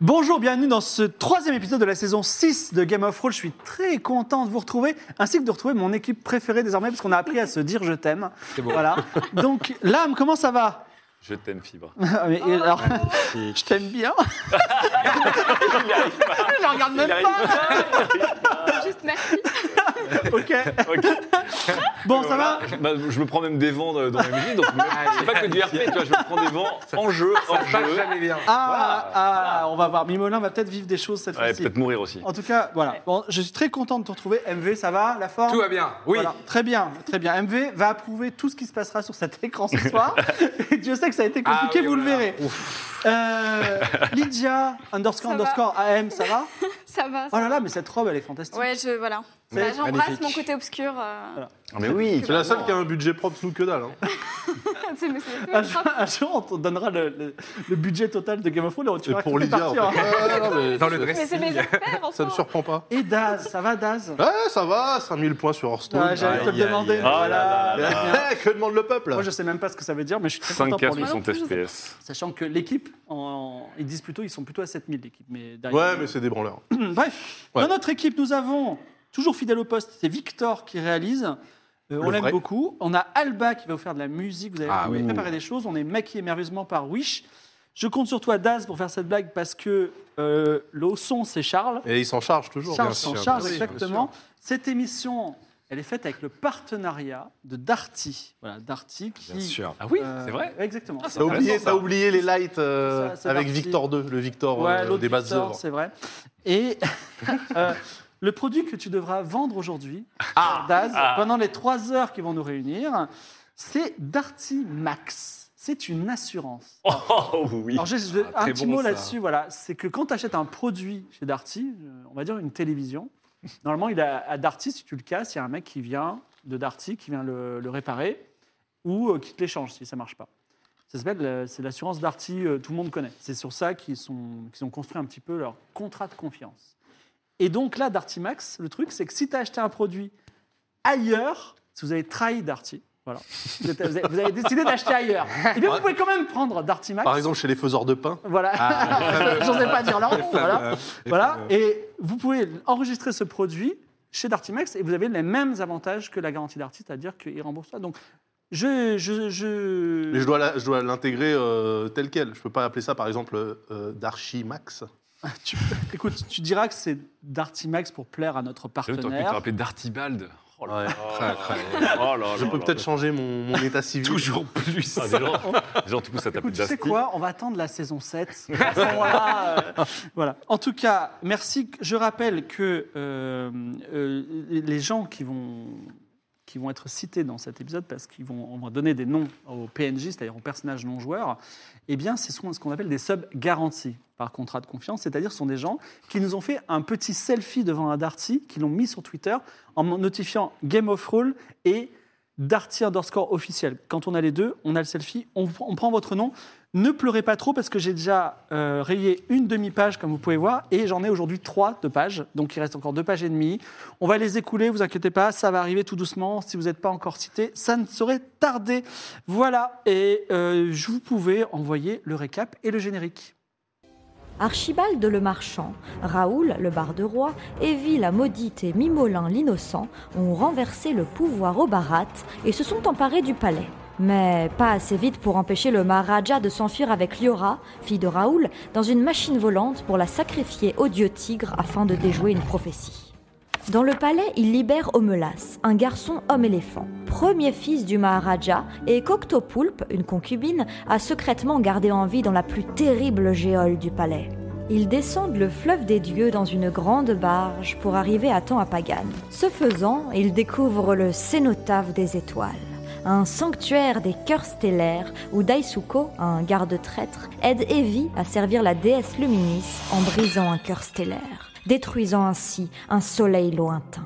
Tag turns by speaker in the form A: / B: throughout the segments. A: Bonjour, bienvenue dans ce troisième épisode de la saison 6 de Game of Thrones. Je suis très content de vous retrouver, ainsi que de retrouver mon équipe préférée désormais, parce qu'on a appris à se dire je t'aime.
B: C'est bon.
A: Voilà. Donc, Lame, comment ça va
B: Je t'aime, Fibre.
A: Ah, mais, alors, Je t'aime bien. Je la regarde même pas.
C: Juste merci.
A: Ok. Bon, ça va
B: je, bah, je me prends même des vents dans dans mes musiques, donc
D: Ah,
B: c'est pas que du RP, tu vois, je me prends des vents en jeu, hors jeu.
A: ah, ah, on va voir. Mimolin va peut-être vivre des choses cette
B: Ouais,
A: fois-ci.
B: peut-être mourir aussi. Oh
A: En tout cas, voilà. Bon, je suis très content de te retrouver. MV, ça va La forme
D: Tout va bien, oui.
A: Voilà. Très bien, très bien. MV va approuver tout ce qui se passera sur cet écran ce soir. Et Dieu sait que ça a été compliqué,
D: Ah oui,
A: vous le
D: voilà.
A: verrez. Euh, Lydia, underscore,
C: Ça va.
A: underscore, AM, ça va
C: Ça va. ça
A: Oh là là, mais cette robe, elle est fantastique.
C: Ouais, je voilà. Bah, J'embrasse mon côté obscur. euh,
B: Mais oui,
E: C'est la seule qui a un budget propre sous que dalle. hein.
C: c'est- mais c'est-
A: Un jour, un jour, on te donnera le, le- le budget total de Game of Thrones et on
E: C'est
A: tuera
E: pour
A: toutes les
E: Lydia, en
A: parties,
E: fait.
A: hein.
E: Ah, non, mais
D: Dans le
E: ça-
C: Mais
D: dressing.
C: c'est mes affaires.
E: Ça ne
C: enfin.
E: surprend pas.
A: Et Daz, ça va Daz
E: Ah, ça va, 5000 points sur Hearthstone.
A: Ouais, J'allais te le
D: aïe, aïe,
A: demander.
D: aïe.
A: mais
B: Ah
A: voilà.
B: là là là.
A: Bien.
E: Eh, que demande le peuple
A: Moi, je sais même pas ce que ça veut dire, mais je suis très content
B: 5
A: pour lui.
B: 60 FPS.
A: Sachant que l'équipe, en- ils disent plutôt, ils sont plutôt à 7000 l'équipe. Mais derrière-
E: Ouais, mais c'est des branleurs.
A: Bref,
E: Ouais.
A: dans notre équipe, nous avons, toujours fidèle au poste, c'est Victor qui réalise. Euh, on
E: Le
A: l'aime
E: vrai.
A: beaucoup. On a Alba qui va vous faire de la musique. Vous allez
D: Ah
A: vous
D: oui.
A: préparer des choses. On est maquillé merveilleusement par Wish. Je compte sur toi, Daz, pour faire cette blague parce que euh, le son, c'est Charles.
E: Et ils s'en chargent toujours.
A: Charles
E: bien
A: s'en
E: sûr,
A: charge,
E: bien sûr,
A: exactement. Cette émission, elle est faite avec le partenariat de Darty. Voilà, Darty qui.
D: Bien sûr.
B: Ah oui,
A: euh,
B: c'est vrai
A: ouais, Exactement.
E: T'as oublié, t'as oublié les lights euh,
A: Ça, c'est
E: avec
A: parti.
E: Victor 2, le Victor
A: Ouais,
E: euh,
A: l'autre
E: des bases
A: Victor,
E: œuvres.
A: C'est vrai. Et euh, le produit que tu devras vendre aujourd'hui,
E: Ah.
A: Daz, pendant les trois heures qui vont nous réunir, c'est Darty Max. C'est une assurance.
B: Oh oui.
A: Alors, j'ai j'ai
D: Ah,
A: un
D: très
A: petit
D: bon,
A: mot
D: ça.
A: là-dessus. Voilà. C'est que quand tu achètes un produit chez Darty, euh, on va dire une télévision, normalement, il a, à Darty, si tu le casses, il y a un mec qui vient de Darty, qui vient le, le réparer ou euh, qui te l'échange si ça marche pas. Ça s'appelle, euh, c'est l'assurance Darty, euh, tout le monde connaît. C'est sur ça qu'ils sont- qu'ils ont construit un petit peu leur contrat de confiance. Et donc là, Darty Max, le truc, c'est que si tu as acheté un produit ailleurs, si vous avez trahi Darty, voilà, vous, êtes- vous avez, vous avez décidé d'acheter ailleurs, eh bien, vous pouvez quand même prendre Darty Max.
E: Par exemple, chez les faiseurs de pain.
A: Voilà,
B: Ah,
A: j'osais pas dire leur nom,
B: euh,
A: voilà. Voilà, et vous pouvez enregistrer ce produit chez Dartimex et vous avez les mêmes avantages que la garantie d'artiste, c'est-à-dire qu'il rembourse ça. Donc, je... je, je...
E: Mais je dois la- je dois l'intégrer euh, tel quel. Je peux pas appeler ça, par exemple, euh, Darchi Max.
A: Tu- Écoute, tu diras que c'est Dartimax pour plaire à notre
B: J'avoue, T'aurais pu te
A: partenaire.
B: rappeler d'Artibald. Oh là
E: Ouais.
B: là. Oh là
E: Je
B: là
E: peux
B: là
E: peut-être
B: là.
E: changer mon, mon état civil.
D: Toujours plus.
B: Ah, des gens- des gens, tout coup, ça t'appelle
A: Écoute, tu sais
B: d'Asti.
A: quoi On va attendre la saison 7. À ce moment-là, euh, voilà. En tout cas, merci. Je rappelle que euh, euh, les gens qui vont, qui vont être cités dans cet épisode, parce qu'on vont, on va donner des noms aux PNJ, c'est-à-dire aux personnages non-joueurs, eh bien, c'est ce qu'on ce qu'on appelle des subs garantis par contrat de confiance, c'est-à-dire ce sont des gens qui nous ont fait un petit selfie devant un Darty, qui l'ont mis sur Twitter en notifiant Game of Roll et Darty underscore officiel. Quand on a les deux, on a le selfie, on, on prend votre nom. Ne pleurez pas trop parce que j'ai déjà euh, rayé une demi-page, comme vous pouvez voir, et j'en ai aujourd'hui trois de pages. Donc il reste encore deux pages et demie. On va les écouler, vous inquiétez pas, ça va arriver tout doucement. Si vous n'êtes pas encore cité, ça ne saurait tarder. Voilà, et euh, je vous pouvez envoyer le récap et le générique.
F: Archibald le marchand, Raoul le roi, Evie la maudite et Mimolin l'innocent ont renversé le pouvoir aux barates et se sont emparés du palais. Mais pas assez vite pour empêcher le Maharaja de s'enfuir avec Liora, fille de Raoul, dans une machine volante pour la sacrifier au dieu tigre afin de déjouer une prophétie. Dans le palais, il libère Omelas, un garçon homme-éléphant, premier fils du Maharaja, et Coctopoulpe, une concubine, a secrètement gardé en vie dans la plus terrible géole du palais. Ils descendent le fleuve des dieux dans une grande barge pour arriver à temps à Pagane. Ce faisant, ils découvrent le cénotaphe des étoiles, un sanctuaire des cœurs stellaires où Daisuko, un garde traître, aide Evie à servir la déesse Luminis en brisant un cœur stellaire, détruisant ainsi un soleil lointain.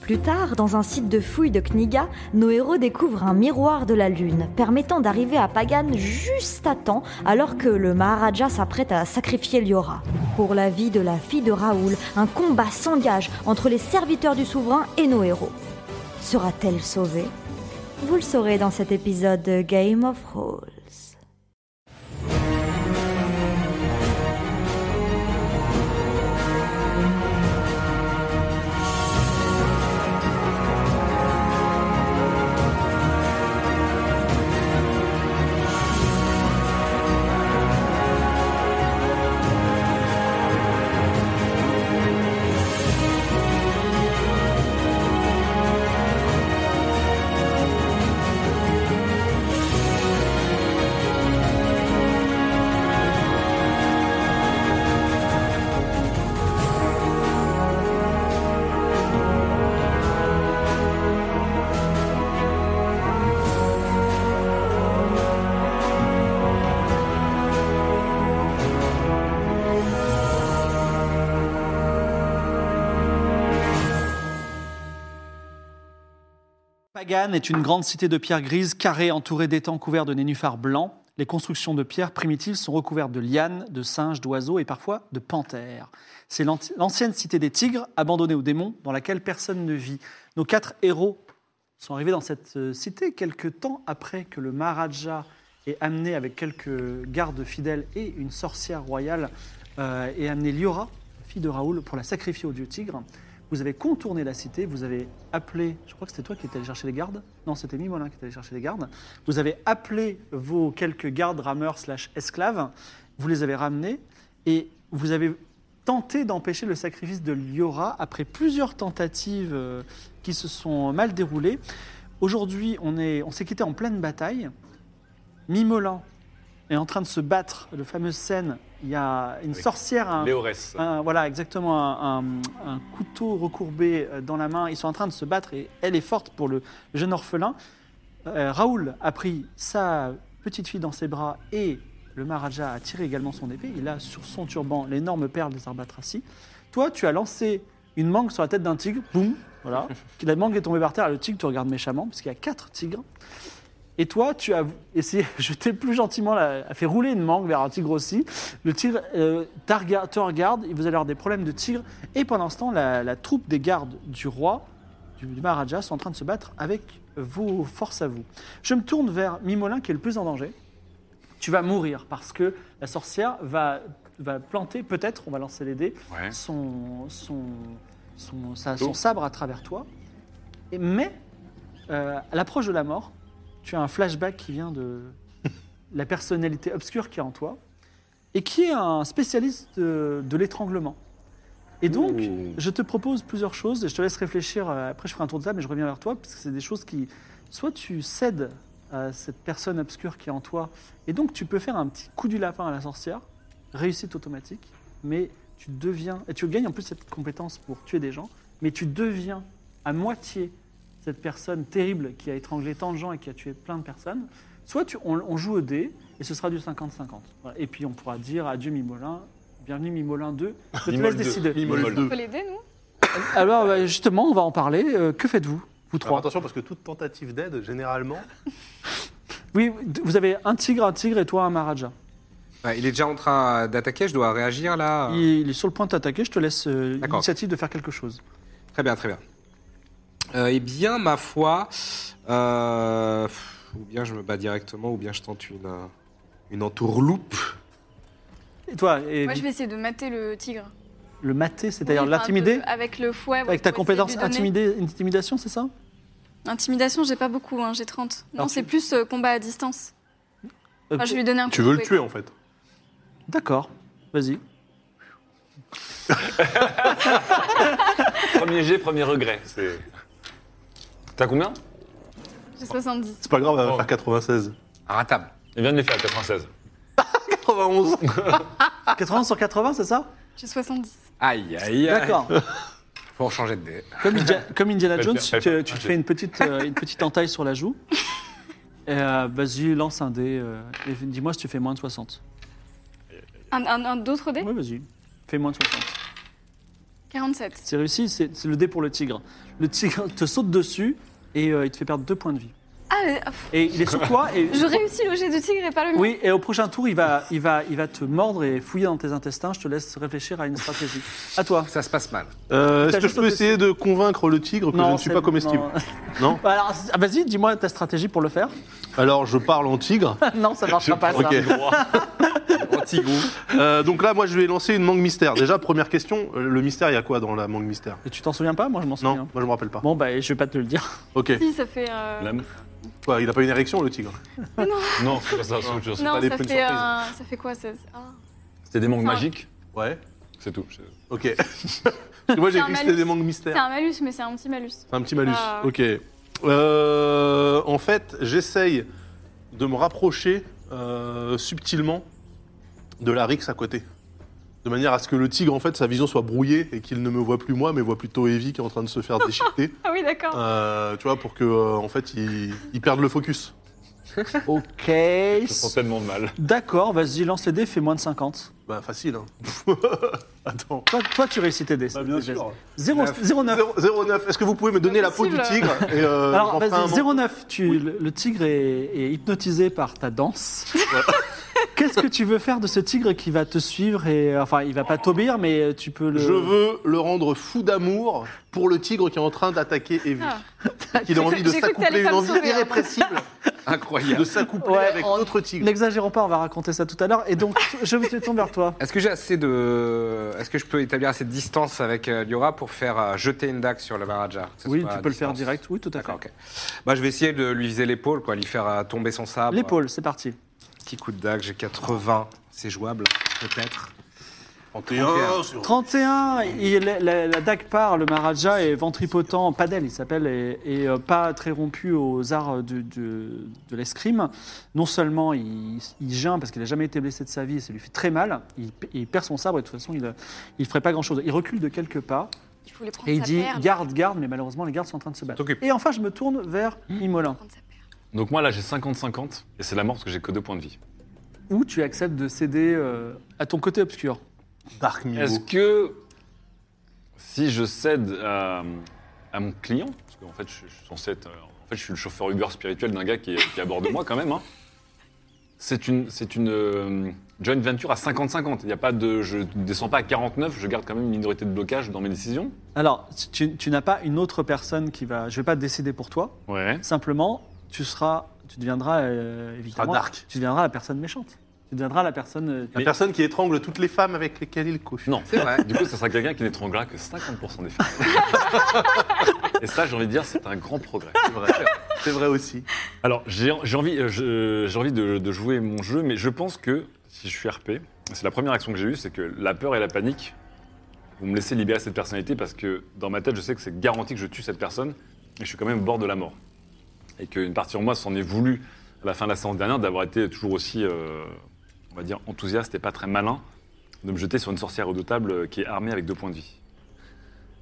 F: Plus tard, dans un site de fouilles de Kniga, nos héros découvrent un miroir de la lune, permettant d'arriver à Pagan juste à temps, alors que le Maharaja s'apprête à sacrifier Liora. Pour la vie de la fille de Raoul, un combat s'engage entre les serviteurs du souverain et nos héros. Sera-t-elle sauvée Vous le saurez dans cet épisode de Game of Rules.
A: Pagan est une grande cité de pierres grises, carrée, entourée d'étangs couverts de nénuphars blancs. Les constructions de pierres primitives sont recouvertes de lianes, de singes, d'oiseaux et parfois de panthères. C'est l'anti- l'ancienne cité des tigres, abandonnée aux démons, dans laquelle personne ne vit. Nos quatre héros sont arrivés dans cette euh, cité quelque temps après que le Maharaja ait amené avec quelques gardes fidèles et une sorcière royale euh, ait amené Liora, fille de Raoul, pour la sacrifier au dieu tigre. Vous avez contourné la cité, vous avez appelé, je crois que c'était toi qui étais allé chercher les gardes, non c'était Mimolin qui était allé chercher les gardes, vous avez appelé vos quelques gardes rameurs slash esclaves, vous les avez ramenés et vous avez tenté d'empêcher le sacrifice de Liora après plusieurs tentatives euh, qui se sont mal déroulées. Aujourd'hui on, est, on s'est quitté en pleine bataille, Mimolin est en train de se battre, le fameuse scène, il y a une
B: Oui.
A: sorcière, un,
B: Léorès.
A: un- voilà, exactement, un, un- un couteau recourbé euh, dans la main. Ils sont en train de se battre et elle est forte pour le jeune orphelin. Euh, Raoul a pris sa petite fille dans ses bras et le Maharaja a tiré également son épée. Il a sur son turban l'énorme perle des Arbatracis. Toi, tu as lancé une mangue sur la tête d'un tigre, boum, voilà. la mangue est tombée par terre, le tigre te regarde méchamment, parce qu'il y a quatre tigres. Et toi, tu as essayé, de jeter plus gentiment, la, a fait rouler une mangue vers un tigre aussi. Le tigre euh, t'a rega- te regarde, vous allez avoir des problèmes de tigre. Et pendant ce temps, la, la troupe des gardes du roi, du, du Maharaja, sont en train de se battre avec vos forces à vous. Je me tourne vers Mimolin, qui est le plus en danger. Tu vas mourir parce que la sorcière va, va planter, peut-être, on va lancer les dés,
B: Ouais.
A: son, son, son, sa- son sabre à travers toi. Et- mais, euh, à l'approche de la mort, tu as un flashback qui vient de la personnalité obscure qui est en toi et qui est un spécialiste de, de l'étranglement. Et donc,
B: Ouh.
A: je te propose plusieurs choses et je te laisse réfléchir. euh, Après, je ferai un tour de table et je reviens vers toi parce que c'est des choses qui. Soit tu cèdes à cette personne obscure qui est en toi et donc tu peux faire un petit coup du lapin à la sorcière, réussite automatique, mais tu deviens. Et tu gagnes en plus cette compétence pour tuer des gens, mais tu deviens à moitié cette personne terrible qui a étranglé tant de gens et qui a tué plein de personnes. Soit tu- on, on joue au dé et ce sera du 50-50. Voilà. Et puis on pourra dire adieu Mimolin, bienvenue Mimolin 2. Je te
B: Mimol
A: laisse décider.
B: 2. Mimol
C: On
B: 2.
C: peut l'aider, nous
A: Alors bah, justement, on va en parler. Euh, que faites-vous, vous
E: Alors
A: trois
E: attention, parce que toute tentative d'aide, généralement,
A: Oui, vous avez un tigre, un tigre et toi un maharaja.
D: Ouais, il est déjà en train d'attaquer, je dois réagir là.
A: Il, il est sur le point de t'attaquer, je te laisse euh,
D: Ah. D'accord.
A: l'initiative de faire quelque chose.
D: Très bien, très bien. Euh, eh bien, ma foi, euh, pff, ou bien je me bats directement, ou bien je tente une, euh, une entourloupe.
A: Et toi, et
C: Moi, je vais essayer de mater le tigre.
A: le maté, c'est-à-dire
C: Oui, enfin,
A: l'intimider
C: de- Avec le fouet. ouais,
A: Avec ta
C: pour essayer de
A: compétence
C: lui donner-
A: intimider, intimidation, c'est ça
C: Intimidation, j'ai pas beaucoup, hein, j'ai 30. Non,
A: Alors,
C: c'est
A: tu-
C: plus euh, combat à distance. Enfin, Ah, je vais lui donner un coup
E: tu
C: de
E: veux le
C: fouet.
E: tuer en fait.
A: D'accord, vas-y.
B: Premier jet, premier regret. C'est- T'as combien
C: J'ai 70.
E: C'est pas grave, elle va
B: Oh.
E: faire 96.
D: Ratable.
B: Il vient de les faire à 96.
E: 91
C: Ah.
A: 80 sur 80, c'est ça
C: J'ai 70.
D: Aïe, aïe, aïe.
A: D'accord.
D: Faut changer de dé.
A: Comme, India- comme Indiana
B: Fais
A: Jones,
B: faire, fais
A: tu, tu te fais une petite, euh, une petite entaille sur la joue. Euh, Vas-y, lance un dé. euh, et Dis-moi si tu fais moins de 60.
C: Un, un, un d'autres dés
A: Oui, vas-y. Fais moins de 60.
C: 47.
A: C'est réussi, c'est c'est le dé pour le tigre. Le tigre te saute dessus et euh, il te fait perdre deux points de vie.
C: Ah, euh, pff,
A: Et il est sur toi et...
C: je réussis le jet de tigre et pas le mien.
A: Oui, et au prochain tour, il va, il, va, il va te mordre et fouiller dans tes intestins. Je te laisse réfléchir à une stratégie. À toi.
D: Ça se passe mal.
E: Euh,
A: T'as
E: Est-ce que
A: juste
E: je peux
A: sauté.
E: essayer de convaincre le tigre que je ne suis
A: c'est-
E: pas comestible Non
A: Bah Alors, ah, vas-y, dis-moi ta stratégie pour le faire.
E: Alors je parle en tigre.
A: non, ça marchera pas,
E: Ok.
A: ça.
E: Euh, donc là, moi, je vais lancer une mangue mystère. Déjà, première question, euh, le mystère, il y a quoi dans la mangue mystère
A: Et tu t'en souviens pas Moi, je m'en
E: Non,
A: souviens.
E: moi, je me rappelle pas.
A: Bon, bah, je vais pas te le dire.
E: Ok.
C: Si, ça fait. euh,
E: Quoi, il a pas une érection, le tigre
B: Non, c'est pas ça, c'est autre chose.
C: Non,
E: pas des
C: ça
E: points de
C: fait,
E: surprise.
C: un- ça fait quoi 16 ah.
B: C'était des manques
C: C'est un-
B: magiques,
E: Ouais.
B: c'est tout.
E: Ok. Parce que moi,
C: C'est
E: j'ai
C: un
E: cru que
C: malus.
E: c'était des mangues
C: C'est
E: mystères.
C: un malus, mais c'est un petit malus.
E: C'est un petit malus.
C: Ah.
E: Ok. Euh, en fait, j'essaye de me rapprocher euh, subtilement de la rixe à côté. De manière à ce que le tigre, en fait, sa vision soit brouillée et qu'il ne me voit plus moi, mais voit plutôt Evie qui est en train de se faire déchiqueter.
C: Ah oui, d'accord.
E: Euh, tu vois, pour que, euh, en fait, il, il perde le focus.
A: Ok.
B: Je sens tellement mal.
A: D'accord, vas-y, lance les dés, fais moins de 50.
E: Bah, facile, hein. Attends.
A: Toi, toi, tu réussis tes dés. déjà. 0 09.
E: 09, est-ce que vous pouvez me donner la peau du
C: Impossible.
E: tigre et, euh,
A: Alors,
E: j'en ferai un
A: vas-y,
E: manteau
A: 09, tu, le, le tigre est, est hypnotisé par ta danse. Qu'est-ce que tu veux faire de ce tigre qui va te suivre et euh, enfin il va pas t'obéir mais euh, tu peux le
E: Je veux le rendre fou d'amour pour le tigre qui est en train d'attaquer Evie.
C: Ah.
E: Il a envie de
C: J'ai cru que t'allais
E: s'accoupler, une
C: pas me
E: envie
C: sauver, hein.
E: irrépressible de
D: Incroyable.
E: s'accoupler
A: Ouais,
E: avec
A: on-
E: notre tigre.
A: N'exagérons pas, on va raconter ça tout à l'heure et donc je vais tourner vers toi.
D: Est-ce que j'ai assez de. Est-ce que je peux établir assez de distance avec euh, Liora pour faire euh, jeter une dague sur le Maharaja que ce
A: Oui,
D: soit
A: tu
D: à
A: peux le faire
D: distance
A: direct. Oui, tout à fait.
D: D'accord, ok. Bah, je vais essayer de lui viser l'épaule, quoi, lui faire euh, tomber son sabre.
A: L'épaule, c'est parti.
D: Petit coup de dague, j'ai 80. C'est jouable, peut-être.
E: 31, c'est-
A: 31, il, la, la- la dague part, le Maharaja est ventripotent, padel il s'appelle, et, et, euh, pas très rompu aux arts du- du- de l'escrime. Non seulement il, il geint parce qu'il n'a jamais été blessé de sa vie, et ça lui fait très mal, il, il perd son sabre et de toute façon il ne ferait pas grand-chose. Il recule de quelques pas
C: Il faut les prendre
A: et il
C: sa
A: dit
C: paire, là.
A: garde, garde, mais malheureusement les gardes sont en train de se battre.
D: T'occupes.
A: Et enfin je me tourne vers Imolin,
C: Prendre sa paire.
B: Donc moi là j'ai 50-50 et c'est la mort parce que j'ai que deux points de vie.
A: où tu acceptes de céder euh, à ton côté obscur.
E: Dark Mimo.
B: Est-ce que si je cède à, à mon client, parce qu'en fait je, je suis censé être, euh, en fait je suis le chauffeur Uber spirituel d'un gars qui est, qui est à bord de moi quand même, hein. c'est une, c'est une euh, joint venture à 50-50. Il y a pas de, je descends pas à 49, je garde quand même une minorité de blocage dans mes décisions.
A: Alors tu, tu n'as pas une autre personne qui va... Je ne vais pas décider pour toi.
B: Ouais.
A: Simplement, tu seras, tu deviendras euh, évidemment,
E: dark.
A: tu deviendras la personne méchante. Tu deviendras la personne. euh,
B: Ah.
E: La personne qui étrangle toutes les femmes avec lesquelles il couche.
B: Non.
D: C'est vrai.
B: Du coup, ça sera quelqu'un qui n'étranglera que 50% des femmes. Et ça, j'ai envie de dire, c'est un grand progrès.
E: C'est vrai. C'est vrai aussi.
B: Alors, j'ai j'ai envie, euh, je- j'ai envie de, de jouer mon jeu, mais je pense que si je suis RP, c'est la première action que j'ai eue, c'est que la peur et la panique vont me laisser libérer cette personnalité parce que dans ma tête, je sais que c'est garanti que je tue cette personne et je suis quand même au bord de la mort. Et qu'une partie en moi s'en est voulu à la fin de la séance dernière d'avoir été toujours aussi, euh, on va dire, enthousiaste et pas très malin de me jeter sur une sorcière redoutable euh, qui est armée avec deux points de vie.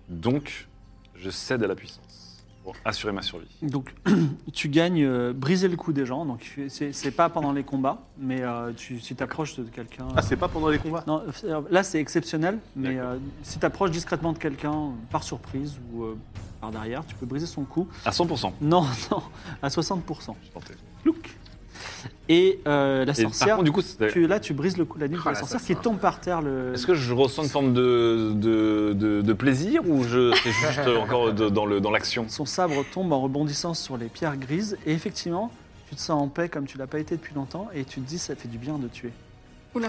B: Donc, je cède à la puissance pour assurer ma survie.
A: Donc, tu gagnes euh, briser le cou des gens. Donc, tu- c'est c'est pas pendant les combats, mais euh, tu, si t'approches de quelqu'un.
E: Ah, c'est pas pendant les combats
A: Non, euh, là c'est exceptionnel, mais
B: D'accord.
A: euh, si tu approches discrètement de quelqu'un par surprise ou euh, par derrière, tu peux briser son cou.
B: À 100%.
A: Non, non, à 60%.
B: j'ai tenté.
A: Look. Et euh, la
B: Et par
A: sorcière,
B: contre, du coup, c'était-
A: tu- là tu brises le cou, la nuque
D: Ah,
A: de la
D: la
A: sorcière qui
D: sorcière.
A: tombe par terre. Le...
B: est-ce que je ressens une forme de, de, de- de plaisir ou je c'est juste encore de- dans, le, dans l'action
A: Son sabre tombe en rebondissant sur les pierres grises et effectivement, tu te sens en paix comme tu l'as pas été depuis longtemps et tu te dis ça fait du bien de tuer.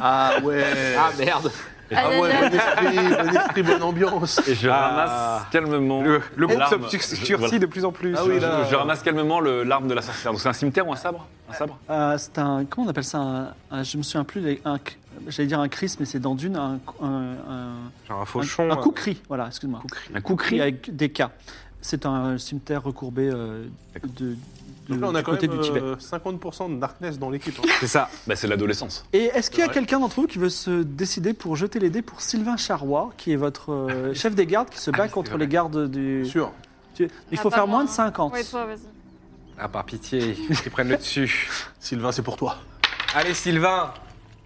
E: Ah ouais
D: Ah merde
E: Ah
C: Aïe, aïe,
E: ouais,
C: aïe.
E: bon esprit, bon esprit, bonne ambiance.
B: Et je
D: Ah.
B: ramasse calmement.
D: Le, le groupe
B: L'arme. Je-
D: s'obscurcit
B: voilà.
D: de plus en plus.
E: Ah oui,
B: Je-
E: là.
B: je, ramasse calmement le- l'arme de la sorcière. Donc c'est un cimetière ou un sabre Un sabre
A: Euh, c'est un comment on appelle ça un, un- Je me souviens plus. les- Un, j'allais dire un cris, mais c'est dans d'une un un, un- euh,
D: Genre un fauchon.
E: euh.
A: un coup cri. Voilà, excuse-moi.
B: Un coup cri.
A: avec des cas. C'est un cimetière recourbé euh, de, de-
E: Donc là, on a
A: du
E: quand
A: côté
E: même
A: du Tibet.
E: euh, 50% de darkness dans l'équipe. hein.
D: C'est ça.
B: Bah, c'est de l'adolescence.
A: Et est-ce qu'il y a quelqu'un d'entre vous qui veut se décider pour jeter les dés pour Sylvain Charrois, qui est votre euh, chef des gardes, qui se bat
D: oui, c'est
A: contre
D: vrai.
A: les gardes du.
E: Ah, Sûr.
A: Tu- Il
C: Ah,
A: faut
C: pas
A: faire
C: moi,
A: moins de
C: hein.
A: 50.
C: Ouais, toi, vas-y.
D: Ah, par pitié, ils prennent le dessus.
E: Sylvain, c'est pour toi.
D: Allez, Sylvain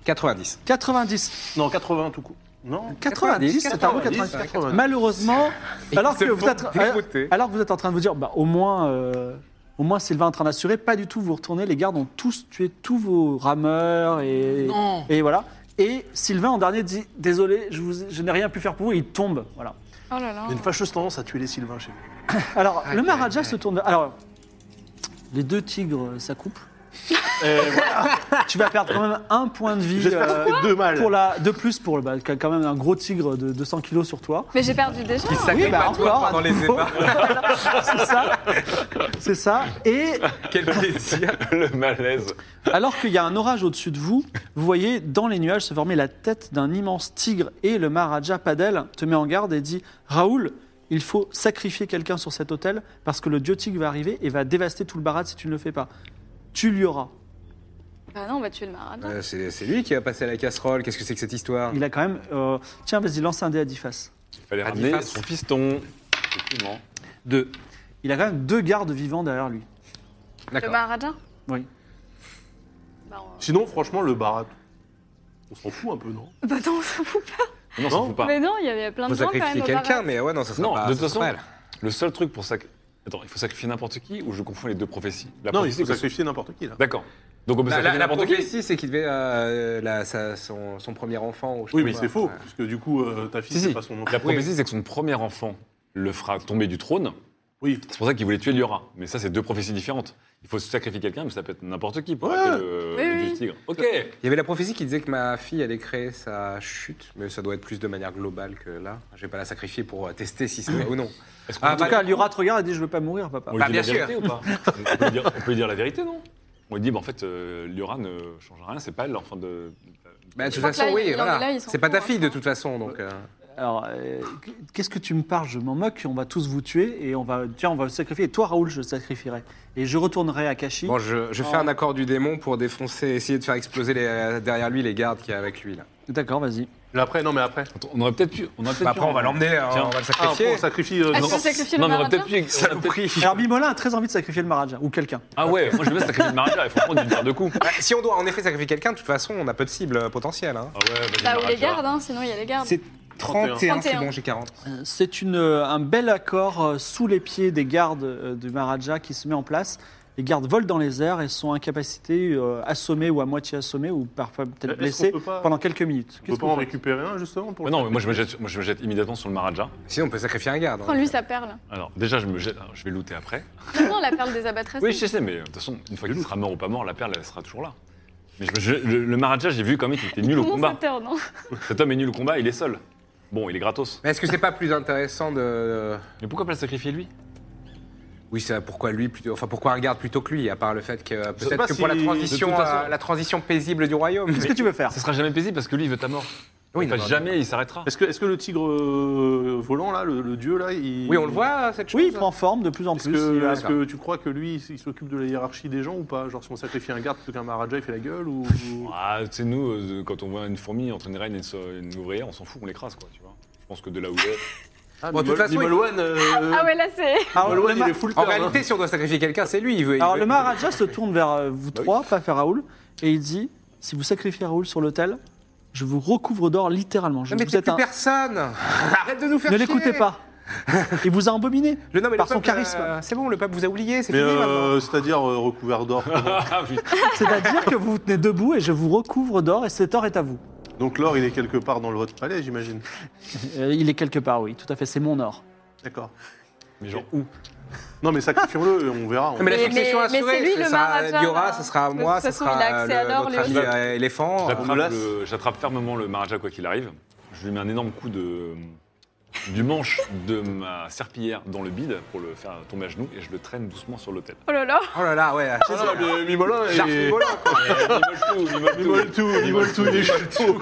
D: 90.
A: 90.
E: Non, 80 tout coup. Non
A: 90, c'est un
D: 90,
A: 90.
E: 90.
A: Malheureusement,
D: Ils
A: alors que,
D: se
A: vous
D: font
A: êtes, euh,
D: dégoûter.
A: alors que vous êtes en train de vous dire, bah, au moins, euh, au moins Sylvain est en train d'assurer, pas du tout, vous retournez, les gardes ont tous tué tous vos rameurs et, et voilà. Et Sylvain en dernier dit, désolé, je, vous- je n'ai rien pu faire pour vous, et il tombe. Voilà.
C: Oh là là.
E: Il y a une fâcheuse tendance à tuer les Sylvains chez nous.
A: Alors, le
D: aïe,
A: Maharaja
D: aïe.
A: se tourne. vers- Alors, les deux tigres euh, s'accouplent.
E: Eh, voilà.
A: Tu vas perdre quand même un point de vie
E: J'espère
A: euh,
E: que c'était deux mal.
A: pour la, de plus pour le bah, qui a quand même un gros tigre de 200 kilos sur toi.
C: Mais j'ai perdu déjà.
D: Ils s'agrippent
A: bah,
D: à toi
A: encore, à
D: pendant les
C: Oh.
A: nouveau.
D: débats.
A: C'est ça. C'est ça. Et
D: Quel plaisir.
B: Le malaise.
A: Alors qu'il y a un orage au-dessus de vous, vous voyez dans les nuages se former la tête d'un immense tigre et le Maharaja Padel te met en garde et dit Raoul, il faut sacrifier quelqu'un sur cet hôtel parce que le dieu tigre va arriver et va dévaster tout le barat si tu ne le fais pas. Tu l'y auras.
C: Bah non, on va tuer le maradin.
D: Euh, c'est c'est lui qui va passer à la casserole. Qu'est-ce que c'est que cette histoire
A: Il a quand même. euh, Tiens, vas-y, lance un dé à 10 faces.
B: Il fallait
D: Ah,
B: ramener
D: dis-face.
B: son fiston. Effectivement.
D: Deux.
A: Il a quand même deux gardes vivants derrière lui.
C: Le
D: D'accord.
C: maradin
A: Oui.
C: Bah, on-
E: Sinon, franchement, le barat. On s'en fout un peu, non
C: bah non, on s'en fout pas.
B: Non, ça
E: Non.
B: ne faut pas.
C: Mais non, il y avait plein de
D: Faut
C: gens quand même.
D: sacrifier
C: au
D: quelqu'un,
C: barat.
D: mais ouais, non, ça sera
B: Non,
D: pas.
B: de
D: ça
B: toute façon,
D: sera pas elle.
B: le seul truc pour sacrifier. Attends, il faut sacrifier n'importe qui ou je confonds les deux prophéties La
E: Non, il
B: prophétie,
E: faut
B: que-
E: sacrifier n'importe qui, là.
B: D'accord. Donc on peut
D: La, la-
B: sacrifier
D: la
B: n'importe qui.
D: prophétie, c'est qu'il devait euh, la- sa- son, son premier enfant. ou je sais
E: Oui,
D: pas
E: mais
D: quoi.
E: c'est faux,
D: Ouais.
E: parce que du coup, euh, ta fille,
B: Si, si.
E: c'est pas son nom.
B: La prophétie, c'est que son premier enfant le fera tomber du trône.
E: Oui.
B: C'est pour ça qu'il voulait tuer Liora. Mais ça, c'est deux prophéties différentes. Il faut sacrifier quelqu'un, mais ça peut être n'importe qui pour
E: Ouais.
B: taper le,
C: Oui,
B: le
C: oui.
B: dieu tigre. Ok.
D: Il y avait la prophétie qui disait que ma fille allait créer sa chute, mais ça doit être plus de manière globale que là. Je vais pas la sacrifier pour euh, tester si c'est vrai ou non.
B: Est-ce qu'on
D: Ah,
A: En tout cas, Lyra te regarde et dit Je veux pas mourir, papa.
B: on lui
D: bah,
B: dit
D: bien
B: la vérité ou pas on, peut lui dire, on peut lui dire la vérité, non On lui dit, bah, en fait, euh, Liora ne change rien, c'est pas elle l'enfant de.
D: Bah, de
C: Je
D: toute
C: crois que
D: façon,
C: là, il-
D: oui,
C: il en
D: voilà.
C: est là, il s'en
D: C'est pas ta
C: fout,
D: fille
C: hein.
D: de toute façon, donc. euh,
A: Alors, euh, qu'est-ce que tu me parles Je m'en moque, on va tous vous tuer et on va, tiens, on va le sacrifier. Et toi, Raoul, je le sacrifierai. Et je retournerai à Kashi.
D: Bon, je, je fais
A: Oh.
D: un accord du démon pour défoncer, essayer de faire exploser les- euh, derrière lui les gardes qui est avec lui là.
A: D'accord, vas-y.
E: Mais après, non, mais après.
B: Attends, on aurait peut-être pu. On aurait peut-être
D: Bah,
B: pu-
D: après, on va l'emmener, hein,
B: Tiens.
D: on va le
E: Ah,
D: sacrifier.
E: on sacrifie. euh,
C: Ah,
E: non.
C: tu veux sacrifier
B: Non,
C: le
B: mais on aurait
C: maradin
B: peut-être pu. on aurait peut-être-
A: Alors, Mimola a très envie de sacrifier le Maharaja, ou quelqu'un.
B: Ah ouais, moi je veux bien sacrifier le mariage, il faut prendre une paire de coups.
D: Bah, si on doit en effet sacrifier quelqu'un, de toute façon, on a peu de cibles potentielles. Hein.
B: Ah ouais, vas-y,
C: Là où
B: Maharaja.
C: les gardes, hein, sinon il y a les gardes.
D: C'est 31,
C: 31,
D: c'est bon, j'ai 40.
A: Euh, C'est une, euh, un bel accord euh, sous les pieds des gardes euh, du Maharaja qui se met en place. Les gardes volent dans les airs et sont incapacités, euh, assommés ou à moitié assommés, ou parfois
E: Est-ce
A: peut-être
E: qu'on
A: blessés,
E: peut pas-
A: pendant quelques minutes.
E: On peut
A: Qu'est-ce
E: pas
A: que
E: en
A: vous faites
E: récupérer un, justement pour
B: Mais non, mais moi je, me jette, moi je me jette immédiatement sur le Maharaja.
D: Si, on peut sacrifier un garde. hein.
C: Prends-lui sa perle.
B: Alors déjà, je me jette, alors, je vais looter après.
C: Non, non, la perle des abattraces.
B: Oui, je sais, mais euh, de toute façon, une fois qu'il sera mort ou pas mort, la perle elle sera toujours là. Mais je me- je- le, le Maharaja, j'ai vu quand même qu'il était nul au
C: Comment ça
B: combat.
C: tourne, hein
B: Cet homme est nul au combat, il est seul. Bon, il est gratos.
D: Mais est-ce que c'est pas plus intéressant de.
B: Mais pourquoi pas le sacrifier lui
D: Oui, c'est pourquoi lui plutôt. Enfin, pourquoi un garde plutôt que lui, à part le fait que
E: sais
D: peut-être
E: pas
D: que
E: si-
D: pour la
E: de toute
D: transition,
E: façon-
D: euh, la transition paisible du royaume.
A: Qu'est-ce que tu veux faire
B: Ça sera jamais paisible parce que lui, il veut ta mort.
D: Oui,
B: Oui, enfin,
D: non, non,
B: jamais il s'arrêtera.
E: Est-ce que, est-ce que le tigre euh, volant, là, le, le dieu, là, il.
D: Oui, on le voit euh, cette chose.
A: Oui, il prend forme de plus en
E: Est-ce
A: plus.
E: que,
A: il a-
E: est-ce que tu crois que lui, il s'occupe de la hiérarchie des gens ou pas Genre, si on sacrifie un garde plutôt qu'un maharaja, il fait la gueule ou.
B: Ah, tu sais, nous, euh, quand on voit une fourmi entre une reine et une, so- une ouvrière, on s'en fout, on l'écrase, quoi, tu vois. Je pense que de là où il est.
E: Ah,
D: Bon, de toute façon, il-
E: Mimolwan, euh,
C: Ah ouais, là c'est.
A: Alors,
E: Mimolwan,
A: le ma-
E: il est full
D: En
E: turn, hein.
D: réalité, si on doit sacrifier quelqu'un, c'est lui. Il veut, il
A: Alors
D: veut-
A: le Maharaja se tourne vers euh, vous
B: Bah oui.
A: trois, pas vers Raoul, et il dit si vous sacrifiez Raoul sur l'autel, je vous recouvre d'or littéralement. Je
D: Non, mais
A: vous
D: t'es
A: êtes
D: plus
A: un-
D: personne Arrête de nous faire
A: Ne
D: chier.
A: l'écoutez pas. Il vous a embominé
D: Le- non, mais le
A: par son
D: peuple, euh,
A: charisme.
D: c'est bon, le peuple vous a oublié, c'est
E: Mais
D: fini
E: euh,
D: maintenant.
E: c'est-à-dire euh, recouvert d'or.
B: Ah, putain.
A: C'est-à-dire que vous vous tenez debout et je vous recouvre d'or et cet or est à vous.
E: Donc l'or, il est quelque part dans le votre palais, j'imagine.
A: Euh, il est quelque part, oui, tout à fait, c'est mon or.
E: D'accord.
B: Mais genre,
E: Non, mais sacrifions-le, on verra. on-
D: Mais la
C: mais-
D: succession
C: mais- mais
D: assurée,
C: c'est lui,
D: ce
C: le
D: sera
C: Maharaja,
D: Liora,
C: là.
D: ce sera à
C: De
D: moi,
C: toute
D: ce
C: façon,
D: sera
C: il a accès
D: euh,
C: à l'or,
D: notre
C: lui
D: ami
B: aussi.
D: euh, éléphant.
B: J'attrape,
E: on me lasse.
B: le- j'attrape fermement le Maharaja quoi qu'il arrive. Je lui mets un énorme coup de, du manche de ma serpillière dans le bide pour le faire tomber à genoux et je le traîne doucement sur l'hôtel.
C: Oh là là.
D: Oh là là, ouais.
E: Ah non, Ah, mais
D: euh,
E: Mimolin,
D: J'arrive
E: il-
D: rigolo, quoi.
E: Mimole tout, Mimole tout, il est chaud.